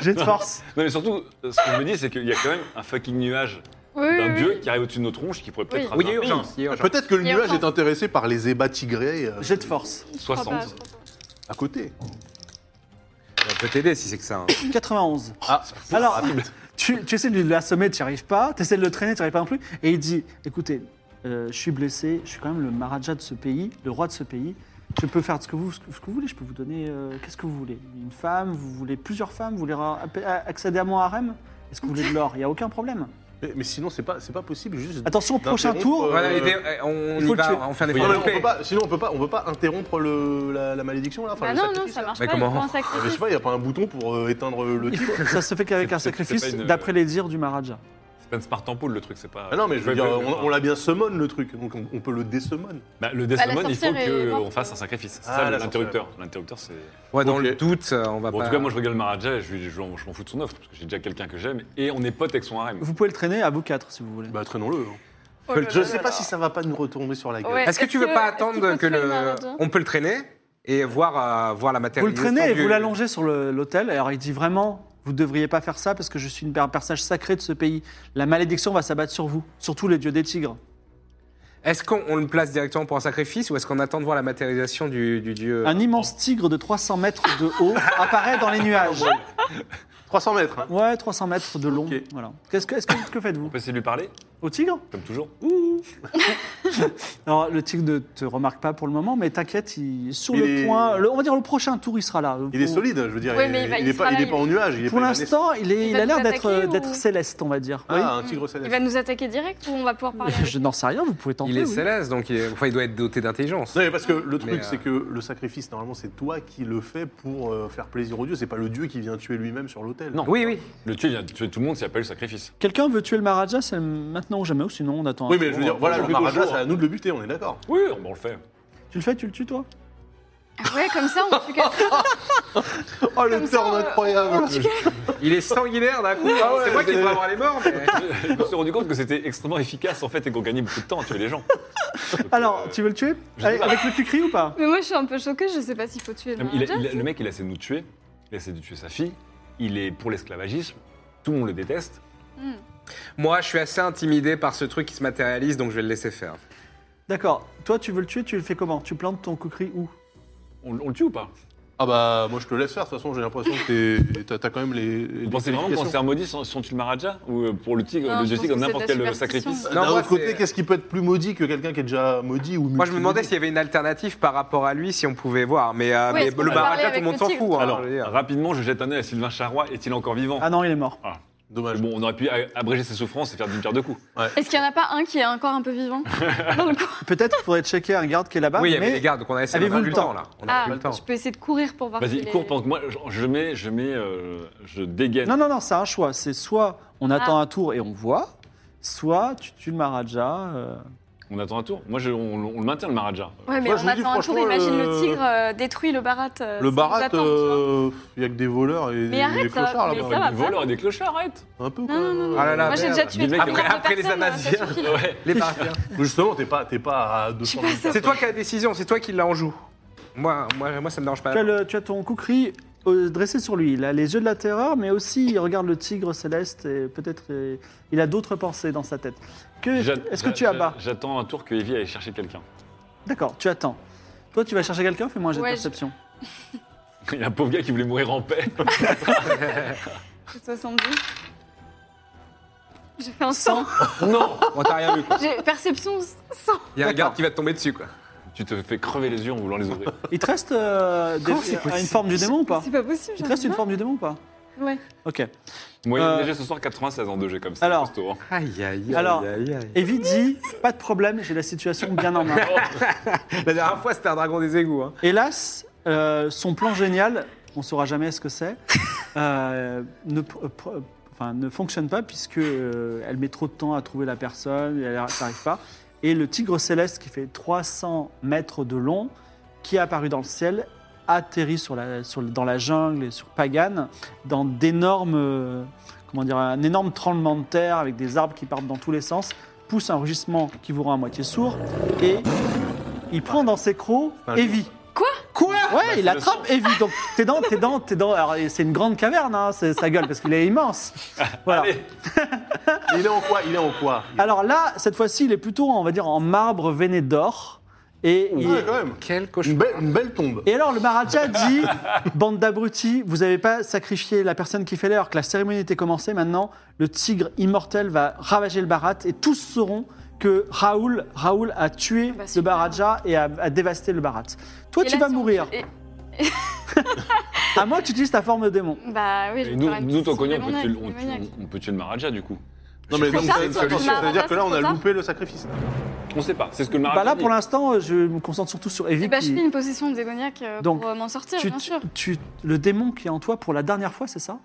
A: J'ai de force.
B: Non mais surtout, ce que je me dis, c'est qu'il y a quand même un fucking nuage
C: Oui, oui,
B: d'un
C: oui.
B: dieu qui arrive au-dessus de nos tronches qui pourrait peut-être
C: Oui.
D: Oui, il y a
B: raser un pays.
D: urgence. il y a urgence.
E: bah, Peut-être que le
C: Il y a
E: nuage
C: urgence.
E: est intéressé par les ébats tigrés euh,
A: J'ai de force.
C: Je crois
B: 60.
C: pas, je crois pas.
E: à côté.
D: On peut t'aider si c'est que ça. hein.
A: Euh, 91.
E: Ah,
A: Alors, tu, tu essaies de l'assommer, tu n'y arrives pas. Tu essaies de le traîner, tu n'y arrives pas non plus. Et il dit écoutez, euh, je suis blessé, je suis quand même le Maharaja de ce pays, le roi de ce pays. Je peux faire ce que vous, ce que ce que vous voulez, je peux vous donner euh, qu'est-ce que vous voulez. Une femme, vous voulez plusieurs femmes, vous voulez ra- app- a- accéder à mon harem Est-ce que vous voulez de l'or Il n'y a aucun problème.
E: Mais, mais sinon, c'est pas, c'est pas possible. Juste.
A: Attention, prochain
E: d'interrompre,
A: tour.
E: euh,
D: Voilà, l'idée, euh, on
A: il faut
D: y
A: le tuer.
D: va, on fait un
E: Oui,
D: effort
E: non, mais
D: de
E: on peut pas- sinon, on peut pas, on peut pas interrompre le- la, la malédiction là. Enfin,
C: Bah
E: le
C: non, non,
E: sacrifice,
C: ça
E: là.
C: marche
D: Mais
C: pas.
D: comment
C: il faut un
E: Ah, mais je
C: sacrifice.
E: sais pas, il y a pas un bouton pour euh, éteindre le.
A: Il faut- ça se fait qu'avec un
B: C'est- c'est- c'est
A: sacrifice,
B: pas une-
A: d'après les dires du Maharaja.
B: C'est pas une Spartan Pool, le truc, c'est pas.
E: Ah non, mais je veux
B: Ouais,
E: dire,
B: ouais, ouais.
E: on, on l'a bien summon le truc, donc on, on peut le désummon.
B: Bah, le
C: la
B: Desmond, il faut
C: sorcière est
B: qu'on
C: morte.
B: fasse un sacrifice. C'est
E: Ah,
B: ça
E: la
B: l'interrupteur. L'interrupteur, c'est.
D: Ouais, dans
E: Ok.
D: le doute, euh, on va
B: Bon,
D: pas.
B: en tout cas, moi, je regarde le Maharaja et je, lui- je, lui- je m'en fous de son offre, parce que j'ai déjà quelqu'un que j'aime et on est potes avec son harem.
A: Vous pouvez le traîner à vous quatre si vous voulez.
E: Bah, traînons-le. hein.
C: Oh là
E: Je
C: là
E: sais
C: là
E: pas
C: là.
E: si ça va pas nous retomber sur la gueule.
C: Ouais.
D: Est-ce que
C: Est-ce
D: tu veux
C: que-
D: pas
C: est-ce qu'il
D: attendre
C: faut
D: que
C: tuer le
D: le.
C: Maharaja
D: On peut le traîner et voir, euh, voir la
A: Vous le
D: matérialisation.
A: traînez et
D: du-
A: vous l'allongez sur le- l'autel. Alors il dit vraiment, vous ne devriez pas faire ça parce que je suis une per- un personnage sacré de ce pays. La malédiction va s'abattre sur vous, surtout les dieux des tigres.
D: Est-ce qu'on on le place directement pour un sacrifice ou est-ce qu'on attend de voir la matérialisation du, du dieu
A: Un immense tigre de 300 mètres de haut apparaît dans les nuages.
E: 300 mètres. hein.
A: Ouais, 300 mètres de long.
E: Ok.
A: Voilà. Qu'est-ce que, est-ce que- que faites-vous
B: On peut essayer de lui parler,
A: Au tigre
B: comme toujours.
A: Alors le tigre ne te remarque pas pour le moment, mais t'inquiète, il sur
E: Il
A: le
E: est-
A: point, le- on va dire le prochain tour, il sera là.
E: Il est
A: Pour-
E: solide, je veux dire.
C: Ouais,
E: il,
C: mais il va-
E: il
C: il
E: est
C: sera
E: pas,
C: là,
E: il est
C: il-
E: pas en nuage. Il est
A: Pour
E: pas
A: l'instant, il, est-
C: Il
A: il
C: va
A: a l'air
C: nous
A: d'être euh,
C: attaquer
A: d'être
C: ou-
A: céleste, on va dire.
E: Ah,
A: Oui.
E: un tigre
C: Il
E: céleste.
C: va nous attaquer direct ou on va pouvoir parler
A: Je n'en sais rien, vous pouvez tenter.
D: Il
A: oui.
D: est céleste, donc il, est- enfin, il doit être doté d'intelligence.
E: Non, mais parce que le truc,
D: euh,
E: c'est que le sacrifice, normalement, c'est toi qui le fais pour euh, faire plaisir au dieu. C'est pas le dieu qui vient tuer lui-même sur l'autel.
B: Non.
D: Oui, oui.
B: Le tuer, il vient de tuer tout le monde s'il n'y a pas eu le sacrifice.
A: Quelqu'un veut tuer le Maharaja, c'est maintenant ou jamais, ou sinon on attend. un
E: Oui, mais
A: tour.
E: je veux dire,
B: on
E: voilà,
B: va
E: le
B: plutôt
E: Maharaja,
B: jour.
E: c'est à nous de le buter, on est d'accord.
B: Oui, on, on le fait.
A: Tu le fais, tu le tues toi
C: Ah Ouais, comme ça, on tue quelqu'un.
E: Oh, le
C: Comme ça,
E: turn
C: on-
E: incroyable
D: Il est sanguinaire d'un coup. c'est moi qui devrais avoir les morts. mais-
B: Je me suis rendu compte que c'était extrêmement efficace en fait et qu'on gagnait beaucoup de temps à tuer les gens. Donc,
A: Alors,
B: euh,
A: tu veux le tuer
B: je sais
A: Avec
B: pas.
A: avec le kukri ou pas
C: Mais moi, je suis un peu choquée, je sais pas s'il faut tuer le
B: il a-
C: Maharaja.
B: il a- le mec, il a essayé de nous tuer, il a essayé de tuer sa fille, il est pour l'esclavagisme, tout le monde le déteste.
C: Hmm.
D: Moi, je suis assez intimidé par ce truc qui se matérialise, donc je vais le laisser faire.
A: D'accord. Toi, tu veux le tuer, tu le fais comment Tu plantes ton kukri où
B: On, on le tue ou pas
E: Ah bah, moi, je te laisse faire, de toute façon, j'ai l'impression que t'es- t'as- t'as quand même les. les
B: Vous pensez vraiment que
E: qualifications.
B: les sermodis sont, sont le Maharaja Ou euh, pour le tigre,
C: Non,
B: le
C: Ah, je
B: dieu
C: pense
B: tigre, comme
C: que c'est
B: n'importe
C: de la
B: quel euh,
C: superstition.
B: sacrifice
D: Non,
E: D'un
D: moi,
E: autre côté,
D: c'est-
E: qu'est-ce qui peut être plus maudit que quelqu'un qui est déjà maudit ou
D: Moi, je me demandais
E: multimaudit
D: s'il y avait une alternative par rapport à lui, si on pouvait voir. Mais, euh,
C: Oui,
D: mais
C: est-ce qu'on
D: le
C: peut
D: Maharaja,
C: parler
D: tout le monde
C: avec
D: s'en
C: le
D: fout. hein,
B: Alors,
D: je veux dire.
B: rapidement, je jette un œil à Sylvain Charrois. Est-il encore vivant
A: Ah non, il est mort.
E: Dommage.
B: Bon, on aurait pu a- abréger ses souffrances et faire d'une pierre deux coups.
C: Est-ce qu'il y en a pas un qui est encore un peu vivant dans le coin
A: Peut-être qu'il faudrait checker un garde qui est là-bas.
D: oui, il y avait
A: mais
D: les gardes, donc on a essayé
A: Avez-vous
D: d'avoir
A: le
D: du
A: temps
D: temps, là. On a
C: Ah,
D: plus le temps.
C: je peux essayer de courir pour voir
B: Vas-y,
C: s'il est-
B: cours pendant que moi, je- je mets, je mets, euh, je dégaine.
A: Non, non, non, c'est un choix. C'est soit on attend un tour et on voit, soit tu tues le Maharaja. euh.
B: On attend un tour. Moi, je- on, on le maintient le Maharaja.
C: Ouais, mais
E: Moi, je
C: on
E: vous dis,
C: attend un tour,
E: franchement,
C: imagine
E: le-
C: le tigre euh, détruit le barat. euh,
E: Le
C: sans nous
E: barat, euh, il
C: attendre, tu vois.
E: n'y a que des voleurs et
C: Mais
E: des-
C: arrête,
E: des
C: ça-
E: clochards
C: mais
E: là-bas.
C: ça va
B: des
C: pas.
B: voleurs Euh, et des clochards, arrête
E: Un peu.
C: Non, non, non, non.
D: Ah là là,
C: Moi, j'ai
D: merde.
C: déjà tué
B: Dis-le
C: trois
B: qu'il
C: millions de
D: après- après les
C: personnes, euh,
D: Amaziens.
C: hein, ça suffit.
B: Ouais.
D: Les Parisiens.
E: Justement, t'es pas, t'es pas à 200
C: Je suis
E: 000
C: pas sûre.
D: C'est toi qui as la décision, c'est toi qui la en joue. Moi, moi, moi, ça me dérange pas.
A: Tu, as le- tu as ton kukri euh, dressé sur lui. Il a les yeux de la terreur, mais aussi il regarde le tigre céleste et peut-être euh, il a d'autres pensées dans sa tête. Que-
B: J'a-
A: Est-ce que
B: j'a-
A: tu abats
B: j'a- J'attends un tour que Evie aille chercher quelqu'un.
A: D'accord, tu attends. Toi, tu vas chercher quelqu'un, fais-moi un jet
C: Ouais,
A: de
C: je-
A: perception.
B: Il y a un pauvre gars qui voulait mourir en paix.
C: 70. J'ai fait un 100.
B: non
D: On t'a rien vu, quoi.
C: J'ai perception 100.
D: Il y a un garde qui va te tomber dessus, quoi.
B: Tu te fais crever les yeux en voulant les ouvrir.
A: Il te reste euh, des-
D: Comment c'est
A: une
D: possible
A: forme du démon ou pas
C: C'est pas possible.
A: Il te reste une
C: j'arrive
A: forme du démon ou pas
C: pas. Ouais.
A: Ok.
B: Moyenne
A: Euh,
B: léger ce soir, 96 en 2G comme ça.
A: alors.
B: costaud, hein.
D: Aïe, aïe,
A: Alors-
D: aïe, aïe.
A: Evie dit Pas de problème, j'ai la situation bien en main.
D: La dernière fois, c'était un dragon des égouts. Hein.
A: Hélas, euh, son plan génial, on ne saura jamais ce que c'est, euh, ne, pr- pr- enfin, ne fonctionne pas puisque euh, elle met trop de temps à trouver la personne, et elle n'arrive pas. Et le tigre céleste qui fait 300 mètres de long, qui est apparu dans le ciel, atterrit sur la, sur le- dans la jungle et sur Pagan, dans d'énormes, euh, comment dire, un énorme tremblement de terre avec des arbres qui partent dans tous les sens, pousse un rugissement qui vous rend à moitié sourd et il prend dans ses crocs
E: Enfin,
A: Evie.
C: Quoi
A: Quoi Ouais, il
B: le
A: attrape Evie. Donc t'es dans, t'es dans, t'es dans. Alors c'est une grande caverne, hein, c'est sa gueule parce qu'il est immense. Voilà.
E: Il est en quoi Il est en quoi
A: Alors là, cette fois-ci, il est plutôt, on va dire, en marbre veiné d'or. Et, il-
E: Ouais, quand même.
D: Quel
E: Une
D: cauchemar.
E: belle, une belle tombe.
A: et alors le Maharaja dit Bande d'abrutis, vous n'avez pas sacrifié la personne qui fait l'heure, que la cérémonie était commencée. Maintenant, le tigre immortel va ravager le barat et tous sauront que Raoul, Raoul a tué
C: Bah,
A: le
C: super.
A: Baradja et a, a dévasté le Barat. Toi,
C: Et
A: tu
C: là,
A: vas
C: si on-
A: mourir.
C: et-
A: À moins que tu utilises ta forme de démon.
C: Bah oui, je
B: Et
C: vais
B: nous,
C: faire une
B: nous t'en
C: petite
B: connais, on peut
C: démoniaque,
B: tuer le- on tue-
C: démoniaque.
B: on- on peut tuer le Maharaja du coup.
E: Non, mais
C: trop
E: donc
C: tard,
E: c'est une
C: c'est
E: solution.
C: trop tard.
E: C'est-à-dire que là, on a
C: C'est trop
E: loupé le sacrifice.
B: On sait pas, c'est ce que le Maharaja.
A: Bah là,
B: dit.
A: pour l'instant, euh, je me concentre surtout sur Evie.
C: Et bah,
A: qui-
C: je fais une possession démoniaque euh,
A: Donc,
C: pour euh, m'en sortir,
A: tu-
C: bien sûr.
A: tu- le démon qui est en toi pour la dernière fois, c'est ça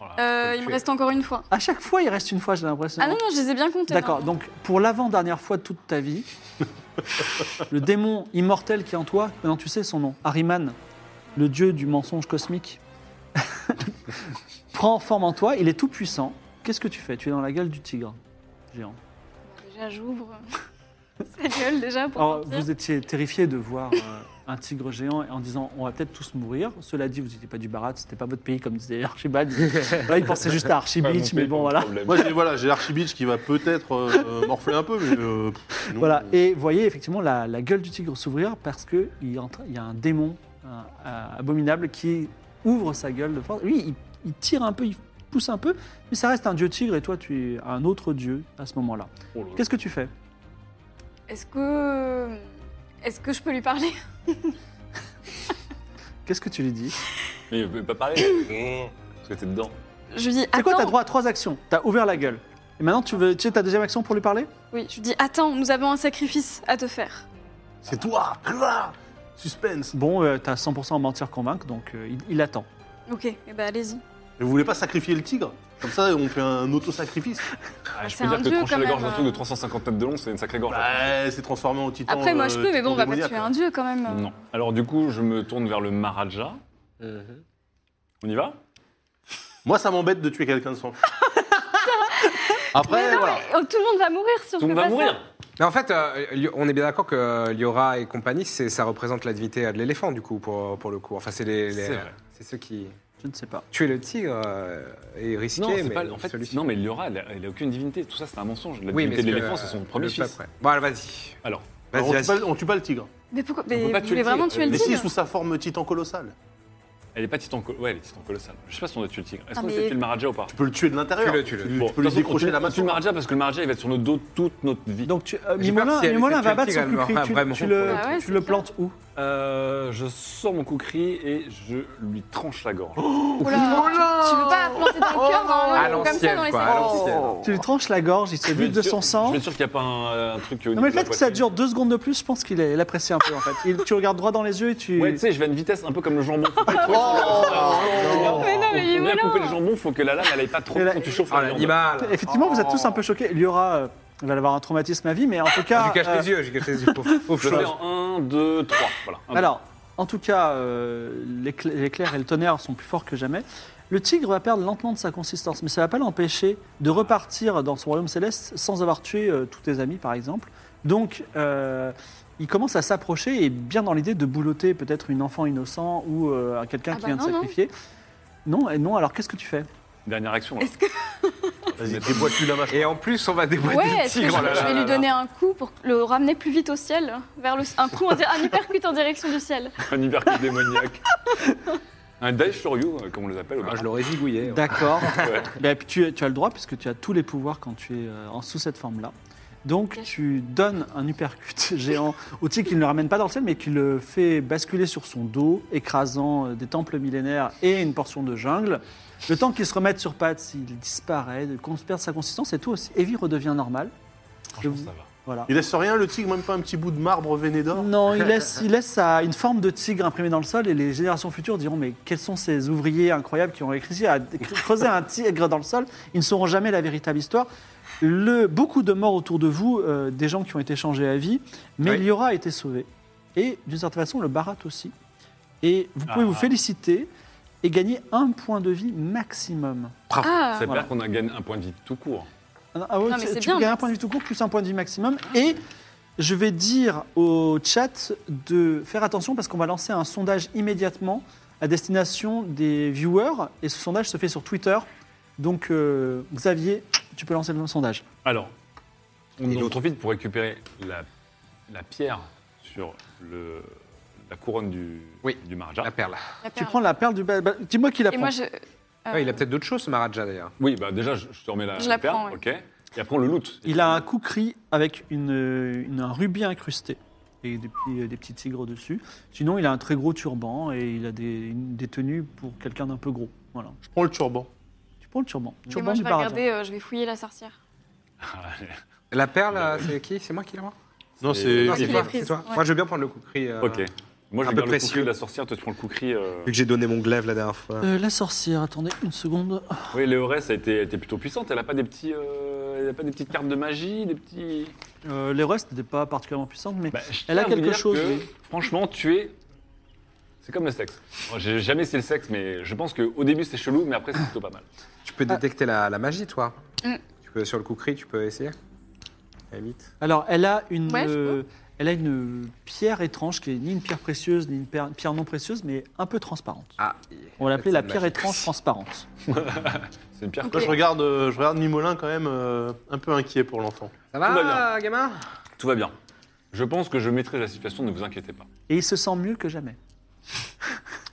B: Oh là,
C: Euh,
B: faut le
C: il me
B: tuer.
C: reste encore une fois.
A: À chaque fois, il reste une fois, j'ai l'impression.
C: Ah non, non, je les ai bien comptés.
A: D'accord,
C: normalement.
A: donc pour l'avant-dernière fois de toute ta vie, le démon immortel qui est en toi, maintenant tu sais son nom, Ahriman, le dieu du mensonge cosmique, prend forme en toi, il est tout puissant. Qu'est-ce que tu fais Tu es dans la gueule du tigre géant.
C: Déjà, j'ouvre sa gueule déjà pour
A: Alors,
C: sortir.
A: Oh, vous étiez terrifié de voir euh, un tigre géant en disant on va peut-être tous mourir. Cela dit, vous n'étiez pas du barat, c'était pas votre pays comme disait Archibald. Là, il pensait juste à
B: Ouais, mon
A: Archibald, mais
B: père,
A: bon
B: pas de
A: voilà.
B: problème.
E: Moi, j'ai voilà, j'ai l'Archibitch qui va peut-être euh, euh, morfler un peu, mais. euh, pff, sinon,
A: Voilà,
E: euh,
A: et vous voyez effectivement la, la gueule du tigre s'ouvrir parce qu'il il est en train- il y a un démon un- un abominable qui ouvre sa gueule de force. Lui, il, il tire un peu, il pousse un peu, mais ça reste un dieu tigre et toi, tu es un autre dieu à ce moment-là.
B: Oh là là.
A: Qu'est-ce que tu fais
C: Est-ce que. Est-ce que je peux lui parler
A: Qu'est-ce que tu lui dis
B: Mais il peut pas parler. Parce que t'es dedans.
C: Ah, Je lui dis
A: C'est quoi, t'as
C: attends.
A: droit à trois actions. T'as ouvert la gueule. Et maintenant, tu veux tu sais, ta deuxième action pour lui parler
C: Oui, je lui dis attends, nous avons un sacrifice à te faire.
E: C'est toi ah, Suspense
A: Bon, euh, t'as 100% à mentir convaincre, donc euh, il, il attend.
C: Ok, et bah allez-y.
E: Mais vous voulez pas sacrifier le tigre Comme ça, on fait un auto-sacrifice.
B: Ah, je
C: c'est
B: peux dire
C: un
B: que
C: dieu,
B: trancher
C: quand
B: la gorge
C: même,
B: d'un truc de
C: euh.
B: 350 mètres de long, c'est une sacrée gorge.
E: Bah, c'est transformé en titan.
C: Après, moi
E: euh,
C: je peux, mais bon, on va
E: titan
C: pas tuer un dieu
E: démoniaque.
C: quand même.
B: Non. Alors du coup, je me tourne vers le Maharaja.
D: Mm-hmm.
B: On y va
E: Moi, ça m'embête de tuer quelqu'un de sang. Après,
C: Non,
E: voilà.
C: mais, oh, tout le monde va mourir sur
B: Tout le monde
C: ce
B: va
C: passage.
B: mourir.
D: Mais en fait, euh, Lyo- on est bien d'accord que euh, Liora et compagnie, c'est- ça représente la divinité euh, de l'éléphant, du coup, pour, pour le coup. Enfin, c'est les. les-
B: C'est vrai.
D: c'est ceux qui.
A: Je ne sais pas.
D: Tuer le tigre euh, est risqué,
B: Non, c'est
D: mais.
B: pas. En fait,
D: celui-ci-
B: non, mais il y aura. Elle n'a aucune divinité. Tout ça, c'est un mensonge. La
D: Oui, mais
B: divinité de
D: ce que- euh,
B: l'éléphant, c'est son premier
D: le
B: fils.
D: peuple, ouais. Bon, alors, vas-y.
B: Alors,
D: Vas-y,
E: Alors, on, tue pas,
D: vas-y.
E: le- on tue pas le tigre.
C: Mais pourquoi
B: peut
C: mais
B: pas
C: Vous
B: tuer
C: voulez
B: le
C: vraiment
B: tigre.
C: tuer le
E: Mais si,
C: tigre
E: sous sa forme titan colossale.
B: elle est pas titan. col- Ouais, elle est titan colossale. Je sais pas si on doit tuer le tigre. Est-ce
C: Ah,
B: qu'on
C: mais-
B: sait tuer le Maharaja ou pas
E: Tu peux le tuer de l'intérieur.
D: Tue-le, tue-le.
E: Tu-
B: Bon,
E: tu
B: de
E: peux
B: toute
E: lui
B: façon, on
E: décrocher
B: tue-
E: la main.
B: On tue le Maharaja parce que le Maharaja, il va être sur nos dos toute notre vie.
A: Donc, tu, euh,
D: J'ai peur
A: Mimolin,
D: si elle
A: Mimolin
D: fait
A: va
D: le
A: battre
D: tigre,
A: son
D: elle
A: coup
D: aura
A: tu,
D: vraiment
A: tu le,
C: peur. Ah ouais,
A: tu
C: c'est
A: le
C: clair.
A: plantes où
B: Euh, je sors mon kukri et je lui tranche la gorge.
C: Oh là, Tu veux pas planter dans le cœur
D: À
C: hein, comme ça
D: l'ancienne,
C: dans les
D: quoi. À
C: sacrifices.
D: l'ancienne.
A: Tu lui tranches la gorge, il se
B: Je vais
A: vide de
B: être sûr-
A: son sang.
B: Je vais être sûr qu'il n'y a pas un, un truc. euh, au
A: Non
B: niveau
A: mais le
B: de la
A: fait que ça
B: poitrine.
A: dure deux secondes de plus, je pense qu'il est- il apprécie un peu en fait. Il- tu regardes droit dans les yeux et tu... Ah,
B: Ouais, tu sais, je vais à une vitesse un peu comme le jambon. Oh,
C: Mais non, mais il est
B: Pour bien
C: malin.
B: couper le jambon, faut que la lame elle aille pas trop
A: Et là- ah,
B: quand tu chauffes
D: Oh,
B: la viande.
D: l'animal
A: Effectivement, vous êtes tous un peu choqués. Il y aura... euh, il va avoir un traumatisme à vie, mais en tout cas...
D: J'ai caché
A: euh,
D: les yeux, j'ai caché les yeux. Pauvre, pauvre
B: Je fais
D: chose.
B: en 1, 2, 3. Voilà. Un,
A: Alors, en tout cas, euh, l'écla- l'éclair et le tonnerre sont plus forts que jamais. Le tigre va perdre lentement de sa consistance, mais ça ne va pas l'empêcher de repartir dans son royaume céleste sans avoir tué euh, tous tes amis, par exemple. Donc, euh, il commence à s'approcher et bien dans l'idée de boulotter peut-être une enfant innocent ou euh, quelqu'un
C: Ah
A: qui
C: bah
A: vient de
C: non, non.
A: sacrifier. Non, et non, alors qu'est-ce que tu fais
B: Dernière action. là.
C: Est-ce que
E: Vas-y, déboîte-lui la main.
D: Et en plus, on va déboîter
C: ouais,
D: le
C: est-ce que
D: tigre.
C: je,
D: oh là
C: je
D: là
C: vais
D: là
C: lui
D: là.
C: donner un coup pour le ramener plus vite au ciel, vers le un coup en di- un hypercute en direction du ciel.
B: Un hypercube démoniaque. Un dash sur you, euh, comme on les appelle. au
D: Ah,
B: bar.
D: Je l'aurais zigouillé. ouais.
A: D'accord. Ben, puis tu, tu as le droit, puisque tu as tous les pouvoirs quand tu es euh, en, sous cette forme-là. Donc tu donnes un uppercut géant au tigre qui ne le ramène pas dans le ciel, mais qui le fait basculer sur son dos, écrasant euh, des temples millénaires et une portion de jungle. Le temps qu'il se remette sur pattes, il disparaît, qu'on perd sa consistance, et tout aussi. Evie redevient normal.
B: Franchement, ça va.
A: Voilà.
E: Il laisse rien, le tigre, même pas un petit bout de marbre véné
C: Mm.
E: d'or.
A: Non, il laisse, il laisse sa- une forme de tigre imprimée dans le sol et les générations futures diront mais quels sont ces ouvriers incroyables qui ont réussi à creuser un tigre dans le sol Ils ne sauront jamais la véritable histoire. Le, beaucoup de morts autour de vous, euh, des gens qui ont été changés à vie, mais
D: Oui.
A: Liora a été sauvé. Et d'une certaine façon, le Barat aussi. Et vous pouvez
B: Ah.
A: vous féliciter et gagner un point de vie maximum.
C: Ah,
B: Ça veut
A: Voilà.
B: dire qu'on a gagné un point de vie tout court.
A: Ah, ah ouais,
C: Non,
A: tu,
C: mais c'est
A: tu
C: bien,
A: peux gagner un
C: Max.
A: point de vie tout court plus un point de vie maximum. Et je vais dire au chat de faire attention parce qu'on va lancer un sondage immédiatement à destination des viewers. Et ce sondage se fait sur Twitter. Donc euh, Xavier, tu peux lancer le sondage.
B: Alors, on
D: Et
B: en
D: l'autre.
B: profite pour récupérer la, la pierre sur le, la couronne du,
D: Oui.
B: du Maharaja.
D: La perle.
C: la
A: Tu
C: perle.
A: prends la perle du... ba- ba- Dis-moi qui la
C: Et
A: prend.
C: moi je. euh,
D: Ouais, il a peut-être d'autres choses, ce Maharaja, d'ailleurs.
B: Oui, bah déjà, je je te remets la,
C: Je la
B: perle,
C: prends, ouais.
B: ok. Et après, on le loot.
A: Il a un coucri avec une, une- un rubis incrusté et des, petits- euh, des petits tigres dessus. Sinon, il a un très gros turban et il a des, une- des tenues pour quelqu'un d'un peu gros. Voilà.
E: Je prends le turban.
A: Tu prends le turban.
C: Et
A: Turban
C: moi, je
A: du
C: vais
A: paradis.
C: regarder, euh, je vais fouiller la sorcière.
D: La perle,
B: Bah
D: euh, c'est qui C'est moi qui l'ai moi
E: Non,
B: Et-
E: c'est.
C: qu'il
D: Non, c'est
C: l'ait
D: toi.
C: prise,
D: c'est toi.
C: Ah, ouais.
D: Moi, je veux bien prendre le coup de cri. euh,
B: Ok. Moi, je
D: un
B: garde
D: peu
B: le
D: précieux.
B: coucri de la sorcière, toi, tu prends le coucri. euh.
D: Vu que j'ai donné mon glaive la dernière fois.
A: Euh, la sorcière, attendez une seconde.
B: Oui, Léorès a été, a été plutôt puissante. Elle n'a pas, des petits, euh, elle a pas des petites cartes de magie, des petits.
A: Euh, les restes n'étaient pas particulièrement puissantes, mais
B: Bah, je
A: Elle a
B: tiens à vous
A: quelque
B: dire
A: chose,
B: que,
A: oui.
B: Franchement, tuer, c'est comme le sexe. Moi, J'ai jamais essayé le sexe, mais je pense qu'au début, c'est chelou, mais après, c'est plutôt pas mal.
D: Tu peux détecter la, la magie, toi.
C: Ah. Mm.
D: Tu peux, sur le coup de cri, tu peux essayer. À la limite.
A: Alors, elle a une,
C: Ouais, je peux.
A: euh, elle a une pierre étrange qui est ni une pierre précieuse ni une per- pierre non précieuse, mais un peu transparente.
D: Ah,
A: On l'appelait
D: ça
A: la
D: me
A: pierre
D: lâche.
A: étrange transparente.
B: C'est une pierre.
C: Ok.
E: Là, je regarde, euh, je regarde Mimolin quand même euh, un peu inquiet pour l'enfant.
D: ça
B: Tout va
D: va,
B: bien.
D: gamin
B: Tout va bien. Je pense que je maîtrise la situation, ne vous inquiétez pas.
A: Et il se sent mieux que jamais.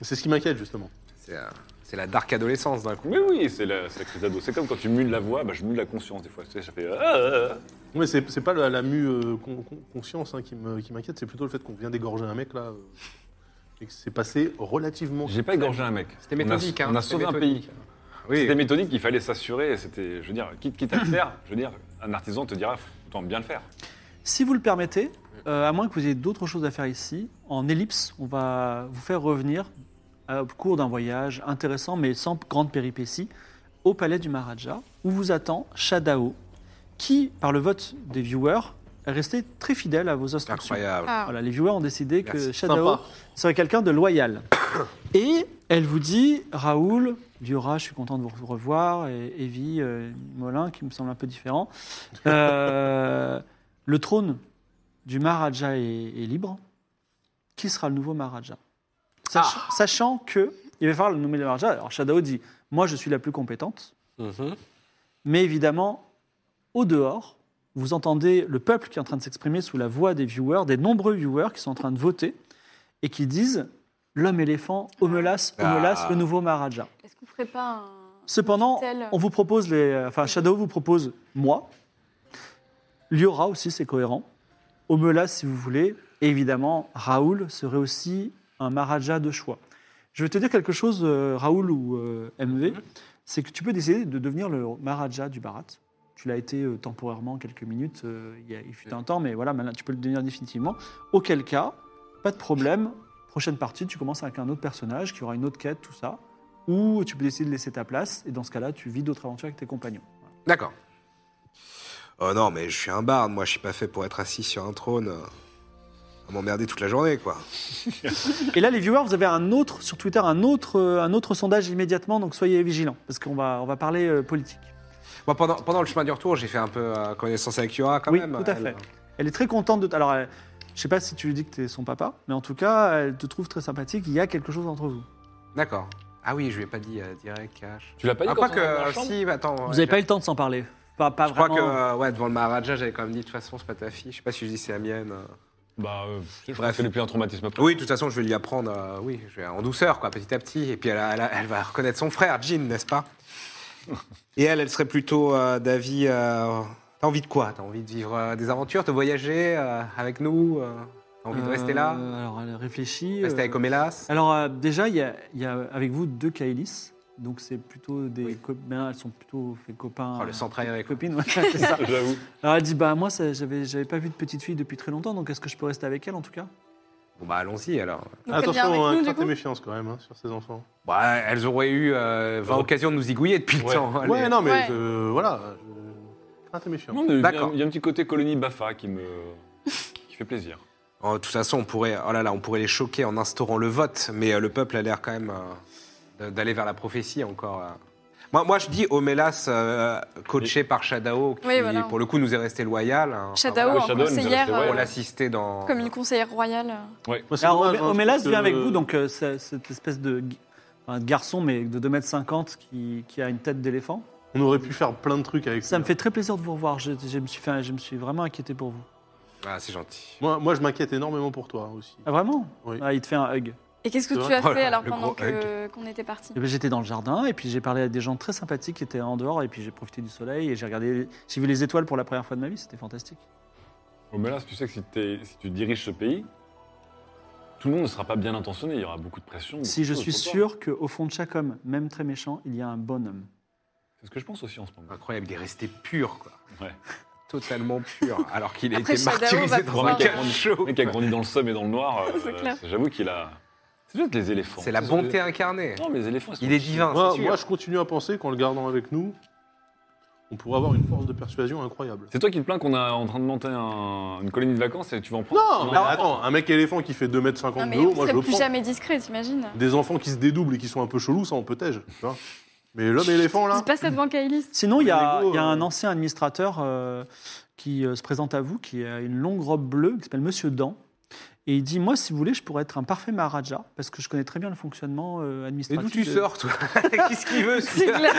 E: C'est ce qui m'inquiète justement.
D: C'est euh, c'est la dark adolescence d'un coup.
B: Mais oui, c'est la, c'est la crise d'ado. C'est comme quand tu mules la voix, bah, je mule la conscience des fois. Tu sais, ça fait. Ah, ah, ah.
E: Mais c'est c'est pas la, la mue euh, con- con- conscience hein, qui me- qui m'inquiète, c'est plutôt le fait qu'on vient d'égorger un mec là euh, et que c'est passé relativement.
B: J'ai pas égorgé un mec.
D: C'était méthodique,
B: On a,
D: hein,
B: on a
D: c'était
B: sauvé un
D: méthodique.
B: pays.
D: Oui.
B: C'était méthodique, il fallait s'assurer. et C'était, je veux dire, quitte, quitte à le faire, je veux dire, un artisan te dira, autant bien le faire.
A: Si vous le permettez, euh, à moins que vous ayez d'autres choses à faire ici, en ellipse, on va vous faire revenir euh, au cours d'un voyage intéressant, mais sans grande péripétie, au palais du Maharaja, où vous attend Shadao, qui, par le vote des viewers, est resté très fidèle à vos instructions.
D: Incroyable.
C: Ah.
A: Voilà, les viewers ont décidé que
D: Merci.
A: Shadao
E: Sympa.
A: serait quelqu'un de loyal. et elle vous dit, Raoul, Diora, je suis content de vous revoir, et Evie, euh, Molin, qui me semble un peu différent. Euh, le trône du Maharaja est, est libre. Qui sera le nouveau Maharaja Sach- Sachant que il va falloir le nommer le Maharaja. Alors Shadao dit, moi je suis la plus compétente,
D: Mhm.
A: mais évidemment, au dehors, vous entendez le peuple qui est en train de s'exprimer sous la voix des viewers, des nombreux viewers qui sont en train de voter et qui disent l'homme éléphant, Omelas, Omelas,
D: Ah.
A: le nouveau Maharaja.
C: Est-ce qu'on ferait pas un.
A: Cependant,
C: Tel. euh,
A: on vous propose les, euh, enfin Shadow vous propose moi, Liora aussi c'est cohérent, Omelas si vous voulez, et évidemment Raoul serait aussi un Maharaja de choix. Je vais te dire quelque chose, euh, Raoul ou euh, MV, c'est que tu peux décider de devenir le Maharaja du Bharat. Tu l'as été euh, temporairement quelques minutes, euh, il, y a- il fut un temps, mais voilà, maintenant tu peux le devenir définitivement. Auquel cas, pas de problème, prochaine partie, tu commences avec un autre personnage qui aura une autre quête, tout ça. Ou tu peux décider de laisser ta place, et dans ce cas-là, tu vis d'autres aventures avec tes compagnons.
D: D'accord. Oh non, mais je suis un barde, moi, je suis pas fait pour être assis sur un trône euh, à m'emmerder toute la journée, quoi.
A: Et là, les viewers, vous avez un autre, sur Twitter, un autre, euh, un autre sondage immédiatement, donc soyez vigilants, parce qu'on va, on va parler euh, politique.
D: Moi, pendant, pendant le chemin du retour, j'ai fait un peu euh, connaissance avec Yura, quand
A: oui,
D: même.
A: tout à
D: Elle- euh,
A: fait. Elle est très contente de... t- Alors, elle- je sais pas si tu lui dis que tu es son papa, mais en tout cas, elle te trouve très sympathique, il y a quelque chose entre vous.
D: D'accord. Ah oui, je lui ai pas dit euh, direct, cash.
B: Tu l'as pas dit
D: Ah,
B: quand on
D: quoi
B: est dans la
D: que,
B: chambre
D: si, bah, attends.
A: Vous
D: ouais,
A: n'avez
D: j'ai-
A: pas eu le temps de s'en parler. Pas, pas
D: Je crois
A: vraiment.
D: que, euh, ouais, devant le Maharaja, j'avais quand même dit, de toute façon, c'est pas ta fille. Je sais pas si je dis c'est la mienne. euh.
B: Bah, euh, tu sais, je
D: Bref.
B: pense que c'est depuis un traumatisme après.
D: Oui, de toute façon, je vais lui apprendre, euh, oui, je vais en douceur, quoi, petit à petit. Et puis elle, a- elle a- elle va reconnaître son frère, Jean, n'est-ce pas Et elle, elle serait plutôt euh, d'avis. euh, T'as envie de quoi T'as envie de vivre euh, des aventures, de voyager euh, avec nous euh, T'as envie de rester là
A: Euh, Alors, elle réfléchit.
D: Rester
A: euh,
D: avec Omélas
A: Alors euh, déjà, il y, a- il y a avec vous deux Kaelis. Donc c'est plutôt des copains, elles sont plutôt fait copains.
D: Oh, le sang trahir les
A: copines, ouais, c'est ça.
B: J'avoue.
A: Alors elle dit bah moi ça, j'avais j'avais pas vu de petite fille depuis très longtemps, donc est-ce que je peux rester avec elle en tout cas
D: Bon, bah, allons-y alors.
C: Donc, elle vient
E: Attention,
C: avec
E: hein,
C: nous, du
E: crainte et
C: coup
E: méfiance quand même hein, sur ces enfants.
D: Bah, elles auraient eu euh, 20
B: Oh.
D: occasions de nous zigouiller depuis le
B: Ouais.
D: temps. hein,
E: ouais,
D: allez.
E: non, mais
C: Ouais.
E: euh, voilà. je- Crainte et méfiance.
B: Non, mais il y a-
D: D'accord.
B: Il y a un petit côté colonie Bafa qui me. qui fait plaisir.
D: Oh, de toute façon, on pourrait, oh là là, on pourrait les choquer en instaurant le vote, mais euh, le peuple a l'air quand même euh, d- d'aller vers la prophétie encore. euh. Moi, moi, je dis Omelas, euh, coaché par Shadao, qui
C: Oui, voilà.
D: pour le coup nous est resté loyal. hein.
C: Shadao,
B: Ah ouais,
C: en
B: Shadow, elle nous a
C: conseillère,
B: resté, ouais,
C: euh,
D: On l'assistait dans.
C: comme une conseillère royale.
E: Moi, c'est
A: Alors
E: dommage,
A: Omé-
E: hein, je
A: Omelas
E: pense que-
A: vient avec vous, donc euh, c'est- cette espèce de gu- enfin, de garçon mais de 2m50 qui, qui a une tête d'éléphant.
E: On aurait pu faire plein de trucs avec
A: Ça me
E: lui.
A: fait très plaisir de vous revoir. Je, je me suis fait- je me suis vraiment inquiété pour vous.
D: Ah, c'est gentil.
E: Moi, moi, je m'inquiète énormément pour toi hein, aussi.
A: Ah, vraiment
E: Oui.
A: Ah, il te fait un hug.
C: Et qu'est-ce que
E: C'est
C: tu
E: vrai.
C: as
D: Oh là
C: fait
D: là,
C: alors
D: le
C: pendant
D: gros
C: que- qu'on était partis
A: Eh ben, J'étais dans le jardin et puis j'ai parlé à des gens très sympathiques qui étaient en dehors et puis j'ai profité du soleil et j'ai regardé, j'ai vu les étoiles pour la première fois de ma vie, c'était fantastique.
B: Au Belas, tu sais que si, t'es- si tu diriges ce pays, tout le monde ne sera pas bien intentionné. Il y aura beaucoup de pression. beaucoup
A: Si
B: de
E: Oh,
A: je
B: choses
A: suis
B: pour toi.
A: sûr qu'au fond de chaque homme, même très méchant, il y a un bonhomme.
B: C'est ce que je pense aussi en ce moment.
D: Incroyable, il est resté pur, quoi.
B: Ouais.
D: Totalement pur, alors qu'il a
C: Après,
D: été
C: Shadow va
D: martyrisé dans
B: pouvoir-
D: un
B: Grand mec
D: cachot.
B: Le mec a grandi dans le somme et dans le noir. euh,
C: C'est clair.
B: J'avoue qu'il a. C'est peut-être les éléphants.
D: C'est la
B: Tu sais,
D: bonté
B: sur-
D: incarnée.
B: Non, mais les éléphants, ils sont
D: Il est
B: chiants.
D: divin,
E: Moi,
D: c'est sûr.
E: moi, je continue à penser qu'en le gardant avec nous, on pourrait avoir une force de persuasion incroyable.
B: C'est toi qui te plains qu'on est en train de monter un- une colonie de vacances et tu vas en prendre.
E: Non, mais
B: mais
E: attends, un mec éléphant qui fait 2m50
C: Non, mais
E: de haut,
C: on
E: moi je
C: serait
E: le
C: plus
E: prends.
C: jamais discret, t'imagines
E: Des enfants qui se dédoublent et qui sont un peu chelous, ça on peut tège. tu vois. Mais l'homme éléphant là,
C: Dis pas ça devant Kailis.
A: Sinon, il y, a,
E: Lego,
A: il y a
E: euh,
A: un ancien administrateur euh, qui euh, se présente à vous, qui a une longue robe bleue, qui s'appelle Monsieur Dan. Et il dit, moi, si vous voulez, je pourrais être un parfait Maharaja, parce que je connais très bien le fonctionnement euh,
D: Mais
A: administratif.
D: d'où tu
A: de-
D: sors, toi Qu'est-ce qu'il veut ce
C: C'est clair.